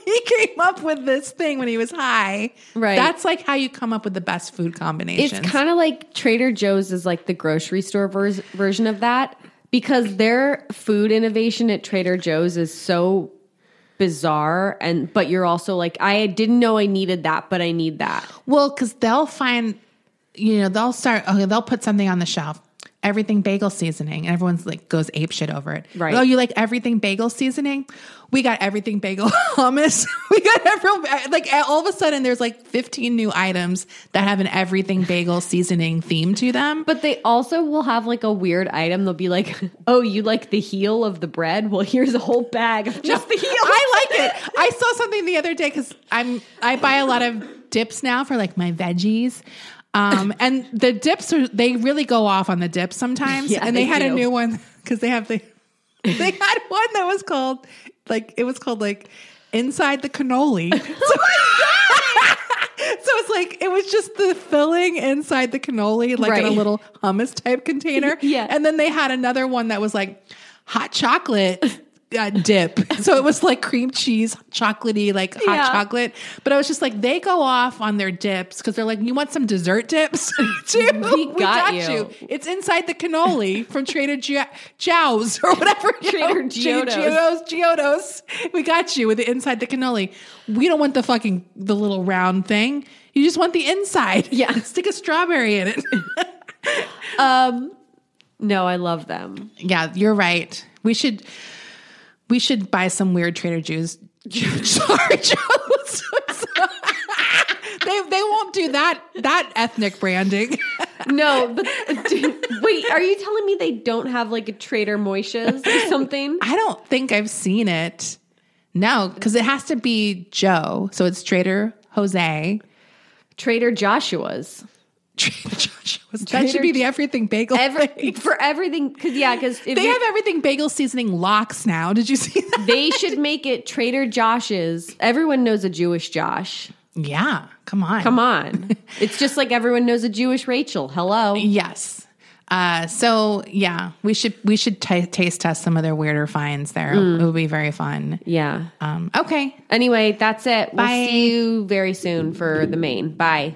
[SPEAKER 2] he came up with this thing when he was high.
[SPEAKER 1] Right.
[SPEAKER 2] That's like how you come up with the best food combinations.
[SPEAKER 1] It's kind of like Trader Joe's is like the grocery store vers- version of that because their food innovation at Trader Joe's is so bizarre and but you're also like I didn't know I needed that but I need that.
[SPEAKER 2] Well, because they'll find, you know, they'll start. Okay, they'll put something on the shelf. Everything bagel seasoning, and everyone's like goes ape shit over it.
[SPEAKER 1] Right.
[SPEAKER 2] Oh, you like everything bagel seasoning? We got everything bagel hummus. we got everyone like all of a sudden there's like 15 new items that have an everything bagel seasoning theme to them.
[SPEAKER 1] But they also will have like a weird item. They'll be like, "Oh, you like the heel of the bread? Well, here's a whole bag of just the heel."
[SPEAKER 2] I like it. I saw something the other day because I'm I buy a lot of dips now for like my veggies. Um, and the dips are they really go off on the dips sometimes.
[SPEAKER 1] Yeah,
[SPEAKER 2] and they,
[SPEAKER 1] they
[SPEAKER 2] had a
[SPEAKER 1] do.
[SPEAKER 2] new one because they have the they had one that was called like it was called like inside the cannoli.
[SPEAKER 1] Oh
[SPEAKER 2] So, so it's like it was just the filling inside the cannoli, like in a
[SPEAKER 1] Right.
[SPEAKER 2] little hummus type container.
[SPEAKER 1] Yeah.
[SPEAKER 2] And then they had another one that was like hot chocolate uh, dip. So it was like cream cheese, chocolatey, like hot
[SPEAKER 1] Yeah.
[SPEAKER 2] chocolate. But I was just like, they go off on their dips because they're like, you want some dessert dips too?
[SPEAKER 1] We got you.
[SPEAKER 2] It's inside the cannoli from Trader Gia- Joe's or whatever. you know,
[SPEAKER 1] Trader Giotto's.
[SPEAKER 2] Giotto's. Giotto's. We got you with the inside the cannoli. We don't want the fucking, the little round thing. You just want the inside.
[SPEAKER 1] Yeah.
[SPEAKER 2] Stick a strawberry in it.
[SPEAKER 1] No, I love them.
[SPEAKER 2] Yeah, you're right. We should we should buy some weird Trader Joe's. Sorry, Joe's. they they won't do that that ethnic branding.
[SPEAKER 1] No, but wait, are you telling me they don't have like a Trader Moisha's or something?
[SPEAKER 2] I don't think I've seen it. No, because it has to be Joe, so it's Trader Jose.
[SPEAKER 1] Trader Joshua's.
[SPEAKER 2] Trader Joshua's. That should be the everything bagel.
[SPEAKER 1] Every,
[SPEAKER 2] thing.
[SPEAKER 1] for everything, because yeah, because
[SPEAKER 2] They have everything bagel seasoning locks now. Did you see that?
[SPEAKER 1] they should make it Trader Josh's. Everyone knows a Jewish Josh.
[SPEAKER 2] Yeah, come on,
[SPEAKER 1] Come on, it's just like everyone knows a Jewish Rachel. Hello,
[SPEAKER 2] Yes. Uh, so yeah, we should we should t- taste test some of their weirder finds there. It would be very fun.
[SPEAKER 1] yeah.
[SPEAKER 2] Um, okay,
[SPEAKER 1] Anyway, that's it. We'll
[SPEAKER 2] Bye.
[SPEAKER 1] see you very soon for the main. Bye.